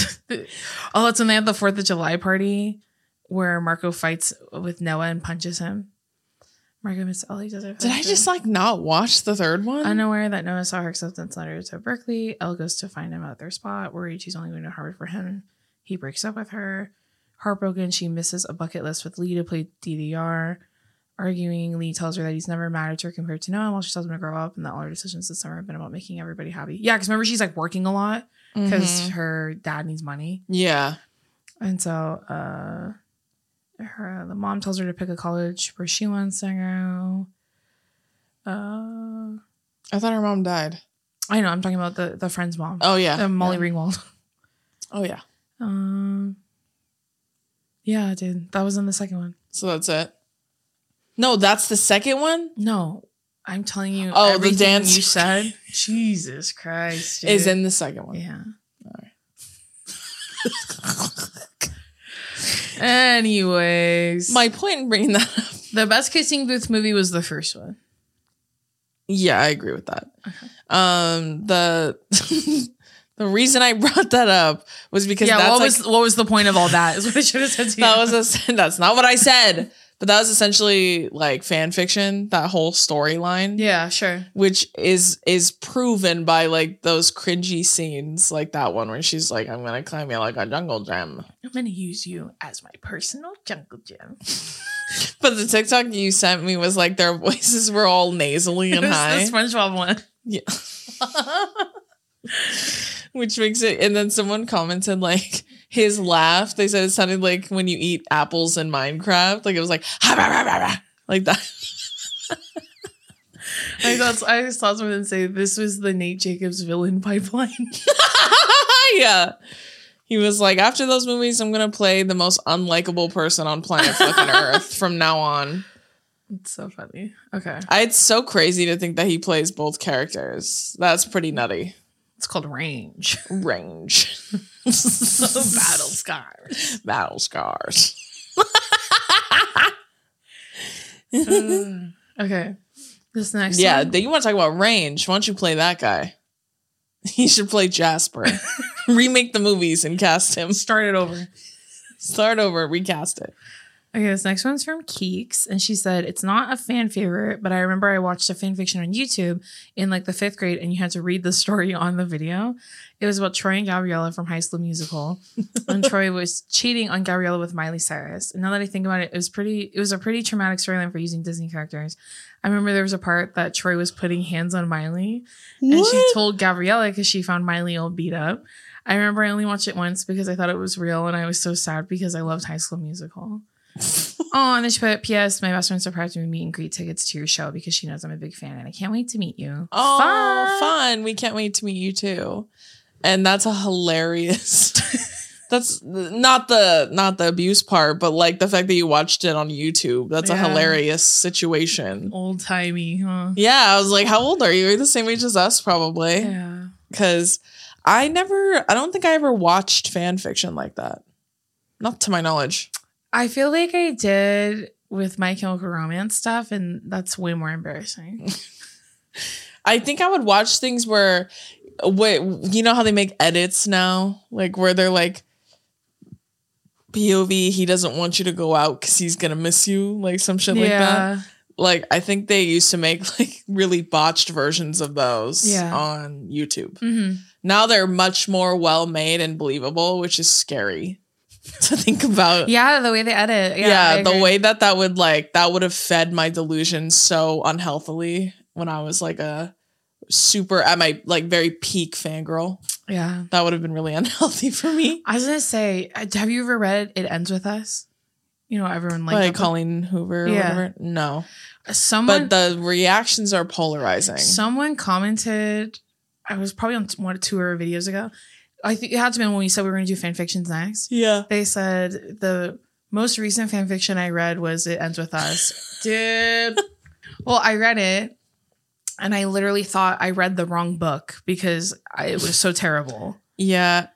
Speaker 1: oh, that's when they had the Fourth of July party where Marco fights with Noah and punches him. Marco meets Elle. He does it.
Speaker 2: Did I just like not watch the third one?
Speaker 1: Unaware that Noah saw her acceptance letter to Berkeley, Elle goes to find him at their spot, worried she's only going to Harvard for him. He breaks up with her. Heartbroken, she misses a bucket list with Lee to play DDR. Arguing, Lee tells her that he's never mattered to her compared to Noah while she tells him to grow up and that all her decisions this summer have been about making everybody happy. Yeah, because remember, she's like working a lot because
Speaker 2: Mhm.
Speaker 1: her dad needs money.
Speaker 2: Yeah.
Speaker 1: And so uh her the mom tells her to pick a college where she wants to go. Uh
Speaker 2: I thought her mom died.
Speaker 1: I know, I'm talking about the the friend's mom.
Speaker 2: Oh yeah.
Speaker 1: Uh, Molly
Speaker 2: Yeah.
Speaker 1: Ringwald. <laughs>
Speaker 2: Oh yeah.
Speaker 1: Um Yeah, dude. That was in the second one.
Speaker 2: So that's it. No, that's the second one.
Speaker 1: No. I'm telling you
Speaker 2: Oh, the
Speaker 1: everything
Speaker 2: dance.
Speaker 1: you
Speaker 2: <laughs>
Speaker 1: said. Jesus Christ.
Speaker 2: Is
Speaker 1: dude.
Speaker 2: in the second one. <laughs>
Speaker 1: Yeah. Anyways.
Speaker 2: My point in bringing <laughs> that up.
Speaker 1: the best kissing booth movie was the first one.
Speaker 2: Yeah, I agree with that.
Speaker 1: Uh-huh.
Speaker 2: Um, the <laughs> the reason I brought that up was because
Speaker 1: Yeah,
Speaker 2: that's
Speaker 1: what
Speaker 2: like-
Speaker 1: was what was the point of all that? Is what I should have said to you.
Speaker 2: <laughs> that was a, that's not what I said, but that was essentially like fan fiction. That whole storyline.
Speaker 1: <laughs> yeah, sure.
Speaker 2: which is is proven by like those cringy scenes like that one where she's like i'm gonna climb you like a jungle gym
Speaker 1: I'm gonna use you as my personal jungle gym.
Speaker 2: but the tiktok you sent me was like their <laughs> voices were all nasally
Speaker 1: <laughs> It
Speaker 2: and
Speaker 1: was
Speaker 2: high
Speaker 1: the SpongeBob one.
Speaker 2: <laughs> which makes it and then someone commented like his laugh they said it sounded like when you eat apples in minecraft like it was like like that <laughs>
Speaker 1: I thought I saw someone say this was the Nate Jacobs villain pipeline. <laughs>
Speaker 2: Ah, yeah he was like after those movies i'm gonna play the most unlikable person on planet fucking earth from now on
Speaker 1: it's so funny. Okay,
Speaker 2: I- It's so crazy to think that he plays both characters. That's pretty nutty.
Speaker 1: it's called <laughs> Range.
Speaker 2: Range.
Speaker 1: Battle scars.
Speaker 2: Battle scars.
Speaker 1: Mm. <laughs> okay, this next
Speaker 2: yeah,
Speaker 1: one.
Speaker 2: th- you want to talk about range? Why don't you play that guy? He should play Jasper. Remake the movies and cast him.
Speaker 1: start it over.
Speaker 2: Start over, recast it.
Speaker 1: Okay, this next one's from Keeks, and she said it's not a fan favorite, but I remember I watched a fan fiction on YouTube in like the fifth grade, and you had to read the story <laughs> on the video. It was about Troy and Gabriella from High School Musical, and Troy was cheating on Gabriella with Miley Cyrus. And now that I think about it, it was pretty. It was a pretty traumatic storyline for using Disney characters. I remember there was a part that Troy was putting hands on Miley, and she told Gabriella because she found Miley all beat up. I remember I only watched it once because I thought it was real and I was so sad because I loved High School
Speaker 2: <laughs>
Speaker 1: Musical. oh, and then she put, P.S. My best friend surprised me with meet and greet tickets to your show because she knows I'm a big fan and I can't wait to meet you.
Speaker 2: oh,
Speaker 1: Fun.
Speaker 2: fun. We can't wait to meet you too. And that's a hilarious. <laughs> that's not the not the abuse part, but like the fact that you watched it on YouTube. That's
Speaker 1: Yeah.
Speaker 2: a hilarious situation.
Speaker 1: Old timey, huh?
Speaker 2: Yeah, I was like, how old are you? You're the same age as us, probably.
Speaker 1: Yeah.
Speaker 2: Because I never, I don't think I ever watched fan fiction like that. Not to my knowledge.
Speaker 1: I feel like I did with My Chemical Romance stuff, and that's way more embarrassing.
Speaker 2: I think I would watch things where, wait, you know how they make edits now, like where they're like, POV, he doesn't want you to go out because he's gonna miss you, like some shit like that. Like I think they used to make <laughs> like really botched versions of those
Speaker 1: Yeah.
Speaker 2: on YouTube.
Speaker 1: hmm
Speaker 2: Now they're much more well made and believable, which is scary <laughs> to think about.
Speaker 1: Yeah, the way they edit. Yeah,
Speaker 2: yeah,
Speaker 1: I
Speaker 2: the
Speaker 1: agree.
Speaker 2: way that that would like that would have fed my delusion so unhealthily when i was like a super at my like very peak fangirl
Speaker 1: Yeah.
Speaker 2: that would have been really <laughs> unhealthy for me
Speaker 1: I was gonna say, uh, have you ever read "It Ends with Us"? You know, everyone
Speaker 2: like,
Speaker 1: like,
Speaker 2: colleen hoover or
Speaker 1: Yeah. Oh
Speaker 2: whatever no
Speaker 1: someone.
Speaker 2: but the reactions are polarizing
Speaker 1: Someone commented, I was probably on t- one or two of our videos ago. I think it had to be when we said we were going to do fan fictions next.
Speaker 2: yeah
Speaker 1: They said the most recent fan fiction I read was It Ends With
Speaker 2: <laughs>
Speaker 1: Us. Dude. Well, I read it and I literally thought I read the wrong book because I, it was so terrible.
Speaker 2: yeah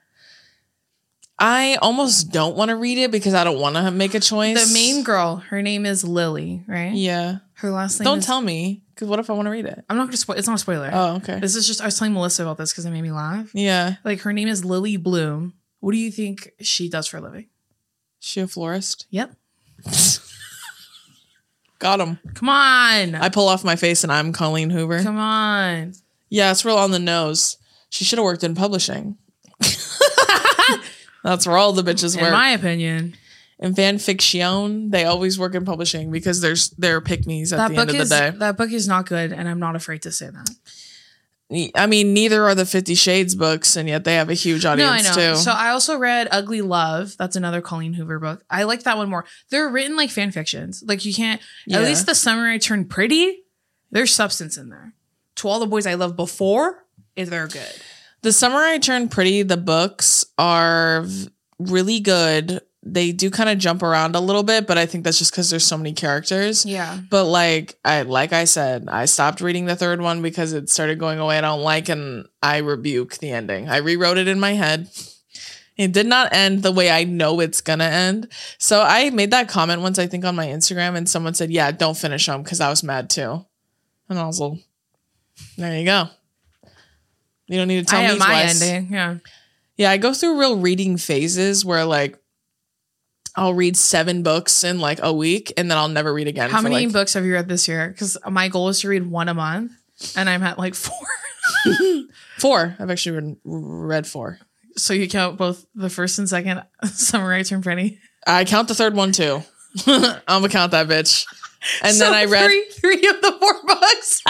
Speaker 2: i almost don't want to read it because i don't want to make a choice
Speaker 1: The main girl, her name is Lily, right?
Speaker 2: yeah
Speaker 1: Her last name
Speaker 2: don't
Speaker 1: is-
Speaker 2: tell me because what if i want to read it
Speaker 1: I'm not going to spoil. It's not a spoiler.
Speaker 2: oh okay
Speaker 1: This is just, I was telling Melissa about this because it made me laugh.
Speaker 2: yeah
Speaker 1: Like, her name is Lily Bloom. What do you think she does for a living?
Speaker 2: she a florist
Speaker 1: Yep.
Speaker 2: got him
Speaker 1: Come on.
Speaker 2: I pull off my face and I'm Colleen Hoover.
Speaker 1: Come on.
Speaker 2: Yeah, it's real on the nose. She should have worked in publishing. <laughs> That's where all the bitches
Speaker 1: In
Speaker 2: work.
Speaker 1: my opinion,
Speaker 2: in fan fiction, they always work in publishing because there's they're pick me's at
Speaker 1: that
Speaker 2: the
Speaker 1: book
Speaker 2: end of
Speaker 1: is
Speaker 2: the
Speaker 1: that book is not good, and I'm not afraid to say that.
Speaker 2: day. I mean, neither are the Fifty Shades books, and yet they have a huge
Speaker 1: No, I
Speaker 2: audience
Speaker 1: know.
Speaker 2: too.
Speaker 1: So I also read Ugly Love. That's another Colleen Hoover book. I like that one more. They're written like fan fictions. Like you can't.
Speaker 2: Yeah.
Speaker 1: At least the summary turned pretty. There's substance in there. To all the boys I loved before, is they're good.
Speaker 2: The Summer I Turned Pretty, the books are v- really good. They do kind of jump around a little bit, but I think that's just because there's so many characters.
Speaker 1: Yeah.
Speaker 2: But like I like I said, I stopped reading the third one because it started going away. I don't like, and I rebuke the ending. I rewrote it in my head. It did not end the way I know it's gonna end. So I made that comment once, I think, on my Instagram, and someone said, "Yeah, don't finish them," because I was mad too. And I was like, "There you go. You don't need to tell
Speaker 1: I
Speaker 2: me
Speaker 1: have my
Speaker 2: twice."
Speaker 1: ending. Yeah.
Speaker 2: Yeah, I go through real reading phases where like I'll read seven books in like a week, and then I'll never read again.
Speaker 1: How
Speaker 2: for,
Speaker 1: many
Speaker 2: like,
Speaker 1: books have you read this year? Because my goal is to read one a month, and I'm at like <laughs> four.
Speaker 2: Four. I've actually read, read four.
Speaker 1: So you count both the first and second <laughs> summary I turned pretty.
Speaker 2: I count the third one too. <laughs> I'm gonna count that bitch. And
Speaker 1: So
Speaker 2: then I read.
Speaker 1: three, three of the four <laughs> books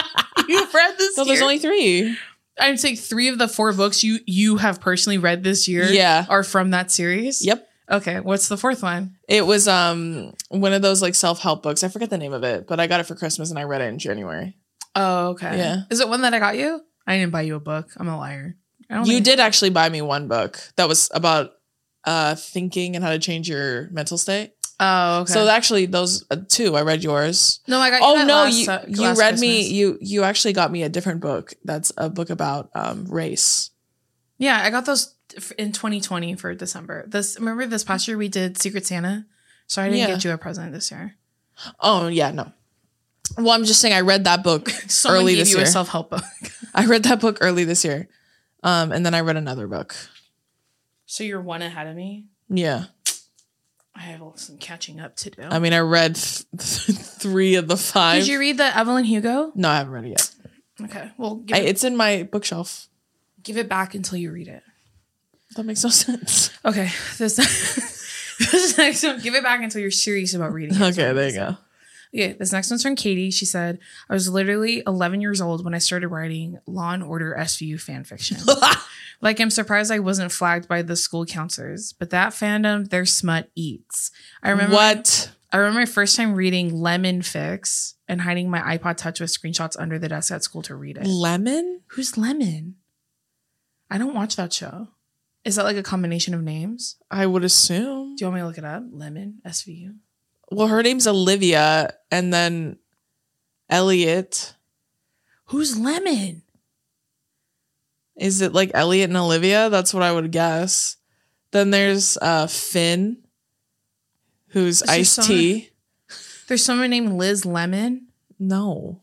Speaker 1: you've read this
Speaker 2: No,
Speaker 1: year.
Speaker 2: there's only three.
Speaker 1: I'd say three of the four books you you have personally read this year.
Speaker 2: Yeah.
Speaker 1: are from that series.
Speaker 2: Yep.
Speaker 1: Okay, what's the fourth one?
Speaker 2: It was um one of those like self help books. I forget the name of it, but I got it for Christmas and I read it in January.
Speaker 1: Oh, okay.
Speaker 2: Yeah.
Speaker 1: is it one that I got you? I didn't buy you a book. I'm a liar. I don't
Speaker 2: You
Speaker 1: think-
Speaker 2: did actually buy me one book that was about uh thinking and how to change your mental state.
Speaker 1: Oh, okay.
Speaker 2: So actually, those uh, two I read yours.
Speaker 1: no, I got. You
Speaker 2: Oh
Speaker 1: that
Speaker 2: no,
Speaker 1: last,
Speaker 2: you
Speaker 1: uh,
Speaker 2: you read
Speaker 1: last
Speaker 2: me.
Speaker 1: Christmas.
Speaker 2: You you actually got me a different book. That's a book about um race.
Speaker 1: Yeah, I got those f- in 2020 for December. This remember this past year we did Secret Santa, so I didn't
Speaker 2: Yeah.
Speaker 1: get you a present this year.
Speaker 2: Oh yeah, no. Well, I'm just saying I read that book <laughs>
Speaker 1: Someone
Speaker 2: early
Speaker 1: gave
Speaker 2: this
Speaker 1: you
Speaker 2: year.
Speaker 1: a self help <laughs> book.
Speaker 2: I read that book early this year, um, and then I read another book.
Speaker 1: So you're one ahead of me.
Speaker 2: Yeah,
Speaker 1: I have some catching up to do.
Speaker 2: I mean I read th- <laughs> three of the five.
Speaker 1: Did you read the Evelyn Hugo?
Speaker 2: no, I haven't read it yet.
Speaker 1: Okay, well, give,
Speaker 2: I,
Speaker 1: it,
Speaker 2: it's in my bookshelf.
Speaker 1: give it back until you read it.
Speaker 2: That makes no <laughs> sense.
Speaker 1: Okay, <laughs> this this next one, give it back until you're serious about reading. it.
Speaker 2: Okay, there you go.
Speaker 1: Okay, this next one's from Katie. She said, "I was literally 11 years old when I started writing Law and Order SVU fan
Speaker 2: <laughs>
Speaker 1: fiction. like, I'm surprised I wasn't flagged by the school counselors, but that fandom, their smut eats. I remember
Speaker 2: what?
Speaker 1: I remember my first time reading Lemon Fix and hiding my iPod Touch with screenshots under the desk at school to read it.
Speaker 2: Lemon?
Speaker 1: Who's Lemon? I don't watch that show. Is that like a combination of names?
Speaker 2: I would assume.
Speaker 1: Do you want me to look it up? Lemon SVU.
Speaker 2: Well, her name's Olivia, and then Elliot.
Speaker 1: Who's Lemon?
Speaker 2: Is it like Elliot and Olivia? That's what I would guess. Then there's uh Finn, who's
Speaker 1: It's just
Speaker 2: Ice T.
Speaker 1: There's someone named Liz Lemon.
Speaker 2: No.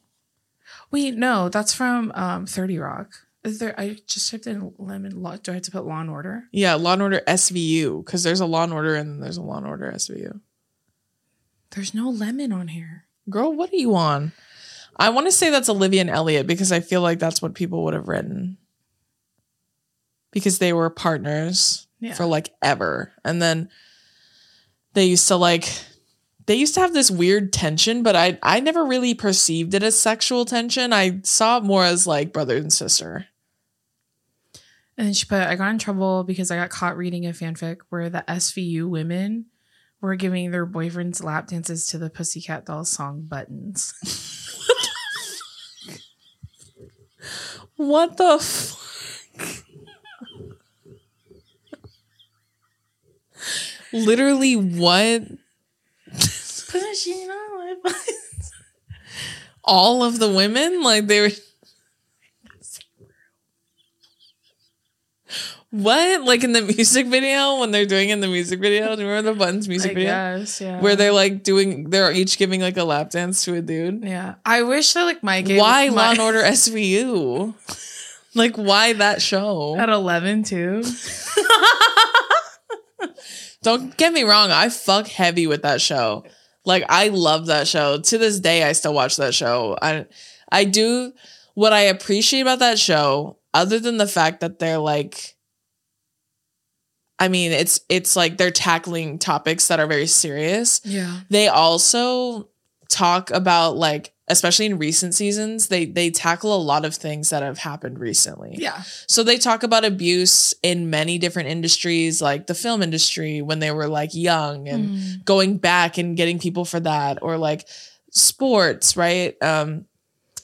Speaker 1: Wait, no, that's from um, 30 Rock. Is there? I just typed in Lemon. Law. Do I have to put Law and Order?
Speaker 2: Yeah, Law and Order SVU because there's a Law and Order and then there's a Law and Order SVU.
Speaker 1: There's no lemon on here.
Speaker 2: Girl, what are you on? I want to say that's Olivia and Elliot because I feel like that's what people would have written because they were partners
Speaker 1: Yeah.
Speaker 2: for like ever, and then they used to like they used to have this weird tension, but I I never really perceived it as sexual tension. I saw it more as like brother and sister.
Speaker 1: And then she put, I got in trouble because I got caught reading a fanfic where the SVU women were giving their boyfriends lap dances to the Pussycat Dolls song Buttons.
Speaker 2: What the fuck? Literally, what?
Speaker 1: Pushing all my buttons.
Speaker 2: All of the women? Like, they were. What? Like in the music video, when they're doing it in the music video? Do you remember the Buttons music
Speaker 1: I
Speaker 2: video?
Speaker 1: guess, yeah.
Speaker 2: Where they're like doing, they're each giving like a lap dance to a dude.
Speaker 1: Yeah. I wish that like my game.
Speaker 2: Why
Speaker 1: my-
Speaker 2: Law and Order SVU? <laughs> like, why that show?
Speaker 1: <laughs> At 11
Speaker 2: <laughs>
Speaker 1: too.
Speaker 2: Don't get me wrong, I fuck heavy with that show. Like I love that show. To this day I still watch that show. I I do what I appreciate about that show other than the fact that they're like I mean, it's it's like they're tackling topics that are very serious
Speaker 1: Yeah.
Speaker 2: they also talk about like especially in recent seasons they they tackle a lot of things that have happened recently
Speaker 1: Yeah.
Speaker 2: so they talk about abuse in many different industries like the film industry when they were like young and
Speaker 1: Mm.
Speaker 2: going back and getting people for that or like sports right um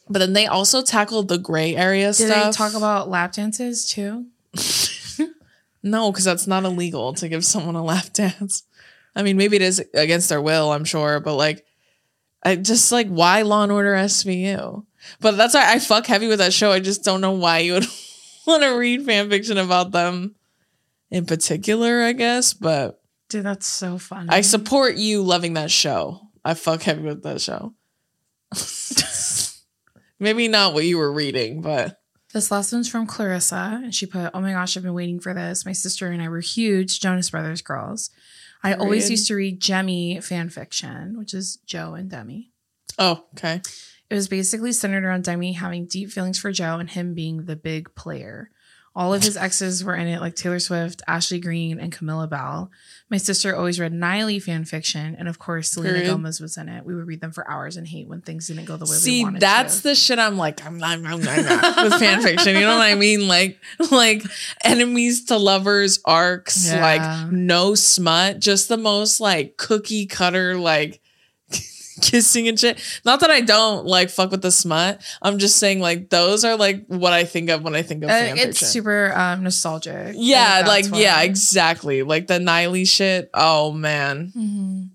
Speaker 2: but then they also tackle the gray area
Speaker 1: Did
Speaker 2: stuff
Speaker 1: they talk about lap dances too?
Speaker 2: No, because that's not illegal to give someone a lap <laughs> dance. I mean, maybe it is against their will, I'm sure, but like, I just like why Law and Order SVU? But that's why I fuck heavy with that show. I just don't know why you would <laughs> want to read fan fiction about them in particular, I guess. But
Speaker 1: Dude, that's so funny.
Speaker 2: I support you loving that show. I fuck heavy with that show. <laughs> maybe not what you were reading, but
Speaker 1: This last one's from Clarissa, and she put, "Oh my gosh, I've been waiting for this. My sister and I were huge Jonas Brothers girls. I always
Speaker 2: Period.
Speaker 1: used to read Jemmy fan fiction, which is Joe and Demi.
Speaker 2: oh, okay.
Speaker 1: It was basically centered around Demi having deep feelings for Joe and him being the big player. All of
Speaker 2: <laughs>
Speaker 1: his exes were in it, like Taylor Swift, Ashley Greene, and Camilla Bell. My sister always read Niley fan fiction, and of course, Selena
Speaker 2: Period.
Speaker 1: Gomez was in it. We would read them for hours and hate when things didn't go the way we
Speaker 2: See,
Speaker 1: wanted.
Speaker 2: that's
Speaker 1: to.
Speaker 2: the shit I'm like, I'm not, I'm not, I'm not with fan fiction. You know what I mean? Like, like enemies to lovers arcs,
Speaker 1: Yeah.
Speaker 2: like no smut, just the most like cookie cutter, like <laughs> kissing and shit. Not that I don't like fuck with the smut. I'm just saying like those are like what I think of when I think of
Speaker 1: Uh,
Speaker 2: fan
Speaker 1: it's
Speaker 2: fiction.
Speaker 1: super um, nostalgic.
Speaker 2: yeah,
Speaker 1: That's
Speaker 2: like yeah,
Speaker 1: why.
Speaker 2: exactly. Like the Niley shit. Oh man.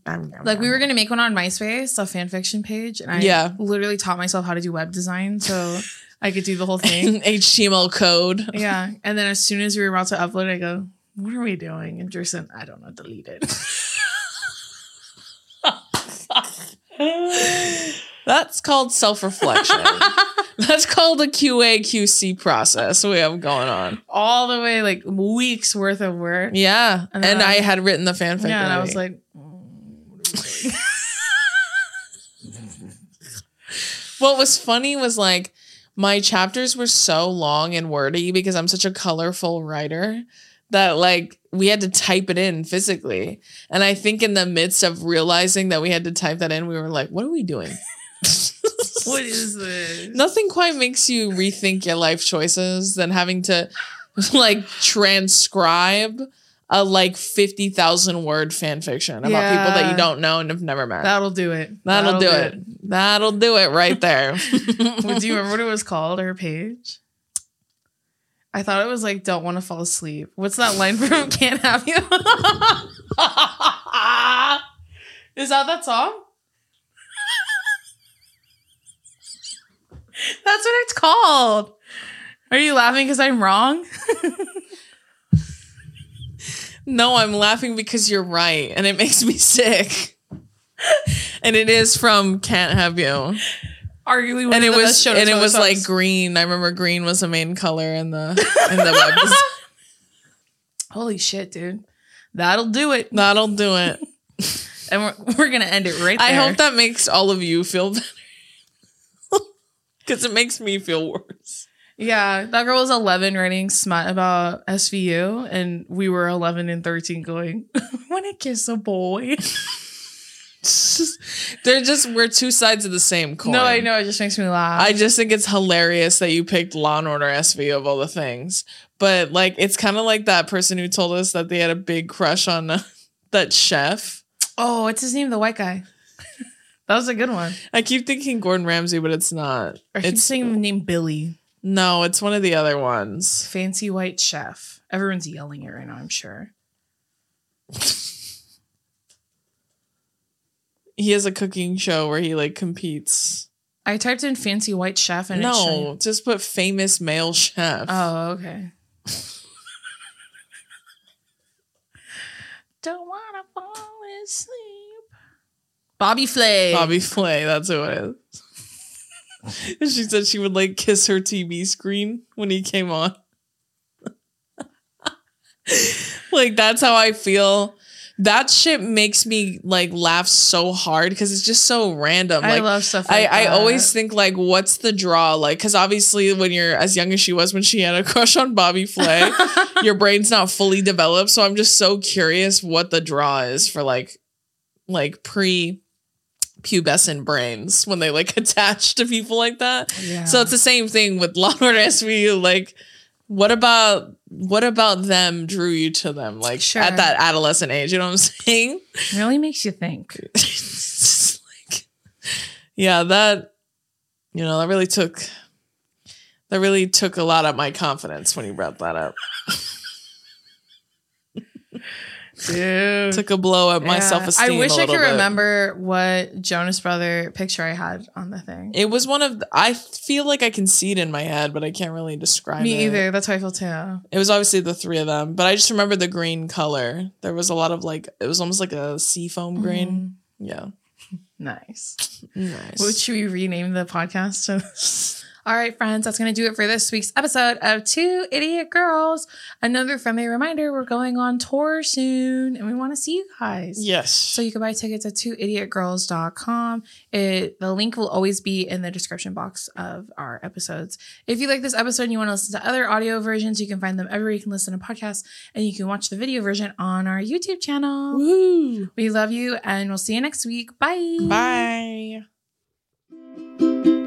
Speaker 1: Mhm. Like we were
Speaker 2: <laughs>
Speaker 1: gonna make one on MySpace, a fan fiction page, and I
Speaker 2: Yeah.
Speaker 1: literally taught myself how to do web design so I could do the whole
Speaker 2: <laughs>
Speaker 1: thing.
Speaker 2: HTML code.
Speaker 1: yeah, and then as soon as we were about to upload, it, I go, "What are we doing?" And Jerson, I don't know, delete
Speaker 2: <laughs>
Speaker 1: it.
Speaker 2: That's called self reflection.
Speaker 1: <laughs>
Speaker 2: That's called a QA QC process we have going on.
Speaker 1: All the way like weeks worth of work.
Speaker 2: Yeah.
Speaker 1: And then
Speaker 2: And,
Speaker 1: I-
Speaker 2: I had written the fanfic.
Speaker 1: Yeah, and I was
Speaker 2: already.
Speaker 1: like, mm, what are we doing?
Speaker 2: what was funny was like my chapters were so long and wordy because I'm such a colorful writer that like we had to type it in physically. And I think in the midst of realizing that we had to type that in, we were like, what are we doing?
Speaker 1: <laughs>
Speaker 2: <laughs>
Speaker 1: "What is this?"
Speaker 2: nothing quite makes you rethink your life choices than having to <laughs> like transcribe a like 50,000 word fan fiction about people that
Speaker 1: Yeah.
Speaker 2: you don't know and have never met.
Speaker 1: That'll do it.
Speaker 2: That'll, do it. That'll do it right
Speaker 1: <laughs>
Speaker 2: there.
Speaker 1: Well, do you remember what it <laughs> was called? Her page. I thought it was like "Don't want to fall asleep." What's that line from <laughs> "Can't Have You"? Is that that song? <laughs> That's what it's called. Are you laughing because I'm wrong?
Speaker 2: no, I'm laughing because you're right and it makes me sick. and it is from Can't Have You.
Speaker 1: Arguably, one
Speaker 2: and it
Speaker 1: of the best
Speaker 2: was
Speaker 1: show
Speaker 2: and it
Speaker 1: Toto
Speaker 2: was like
Speaker 1: songs.
Speaker 2: green. I remember green was the main color in the in the web.
Speaker 1: <laughs>
Speaker 2: design.
Speaker 1: holy shit, dude. That'll do it,
Speaker 2: That'll do it.
Speaker 1: and we're, we're gonna end it right there.
Speaker 2: I hope that makes all of you feel <laughs> better. Because it makes me
Speaker 1: <laughs>
Speaker 2: feel worse.
Speaker 1: Yeah, that girl was 11 writing smut about SVU, and we were 11 and 13 going, <laughs> when I kiss a boy.
Speaker 2: It's just- They're just we're two sides of the same coin.
Speaker 1: No, I know. It just makes me laugh.
Speaker 2: I just think it's hilarious that you picked Law and Order SV of all the things. But like, it's kind of like that person who told us that they had a big crush on uh, <laughs> that chef.
Speaker 1: oh, what's his name? The white guy. <laughs> that was a good one.
Speaker 2: I keep thinking Gordon Ramsay, but it's not.
Speaker 1: Or he's
Speaker 2: It's
Speaker 1: saying named Billy,
Speaker 2: no, it's one of the other ones.
Speaker 1: fancy white chef. Everyone's yelling it right now, I'm sure.
Speaker 2: He has a cooking show where he like competes.
Speaker 1: I typed in fancy white chef and it's
Speaker 2: No, just put famous male chef.
Speaker 1: Oh, okay. <laughs> Don't wanna fall asleep. Bobby Flay.
Speaker 2: Bobby Flay, that's who it is. <laughs> And she said she would like kiss her TV screen when he came on. <laughs> like that's how I feel. That shit makes me like laugh so hard because it's just so random.
Speaker 1: I
Speaker 2: Like
Speaker 1: love stuff.
Speaker 2: I,
Speaker 1: Like
Speaker 2: I
Speaker 1: that. <laughs>
Speaker 2: always think like what's the draw like because obviously when you're as young as she was when she had a <laughs> crush on Bobby Flay your brain's not fully developed so I'm just so curious what the draw is for like like pre pubescent brains when they like <laughs> attach to people like that
Speaker 1: Yeah.
Speaker 2: so it's the same thing with Law and Order SVU like what about what about them drew you to them like
Speaker 1: Sure.
Speaker 2: at that adolescent age you know what I'm <laughs> saying
Speaker 1: really makes you think.
Speaker 2: It's just like, yeah, that you know, that really took that really took a lot of my confidence when you brought that up.
Speaker 1: Dude.
Speaker 2: took a blow at my
Speaker 1: Mm. Yeah.
Speaker 2: self esteem.
Speaker 1: I wish
Speaker 2: I
Speaker 1: I could remember what Jonas Brother picture I had on the thing.
Speaker 2: It was one of the, I feel like I can see it in my head, but I can't really describe
Speaker 1: Me
Speaker 2: it.
Speaker 1: either. That's how I feel too.
Speaker 2: It was obviously the three of them, but I just remember the green color. There was a lot of like it was almost like a seafoam green.
Speaker 1: Mhm.
Speaker 2: Yeah.
Speaker 1: Nice.
Speaker 2: Nice.
Speaker 1: What should we rename the podcast? <laughs> All right, friends, that's going to do it for this week's episode of Two Idiot Girls. Another friendly reminder we're going on tour soon and we want to see you guys.
Speaker 2: yes.
Speaker 1: So you can buy tickets at twoidiotgirls.com. It, the link will always be in the description box of our episodes. If you like this episode and you want to listen to other audio versions, you can find them everywhere. You can listen to podcasts and you can watch the video version on our YouTube channel.
Speaker 2: Woo.
Speaker 1: We love you and we'll see you next week. Bye.
Speaker 2: Bye.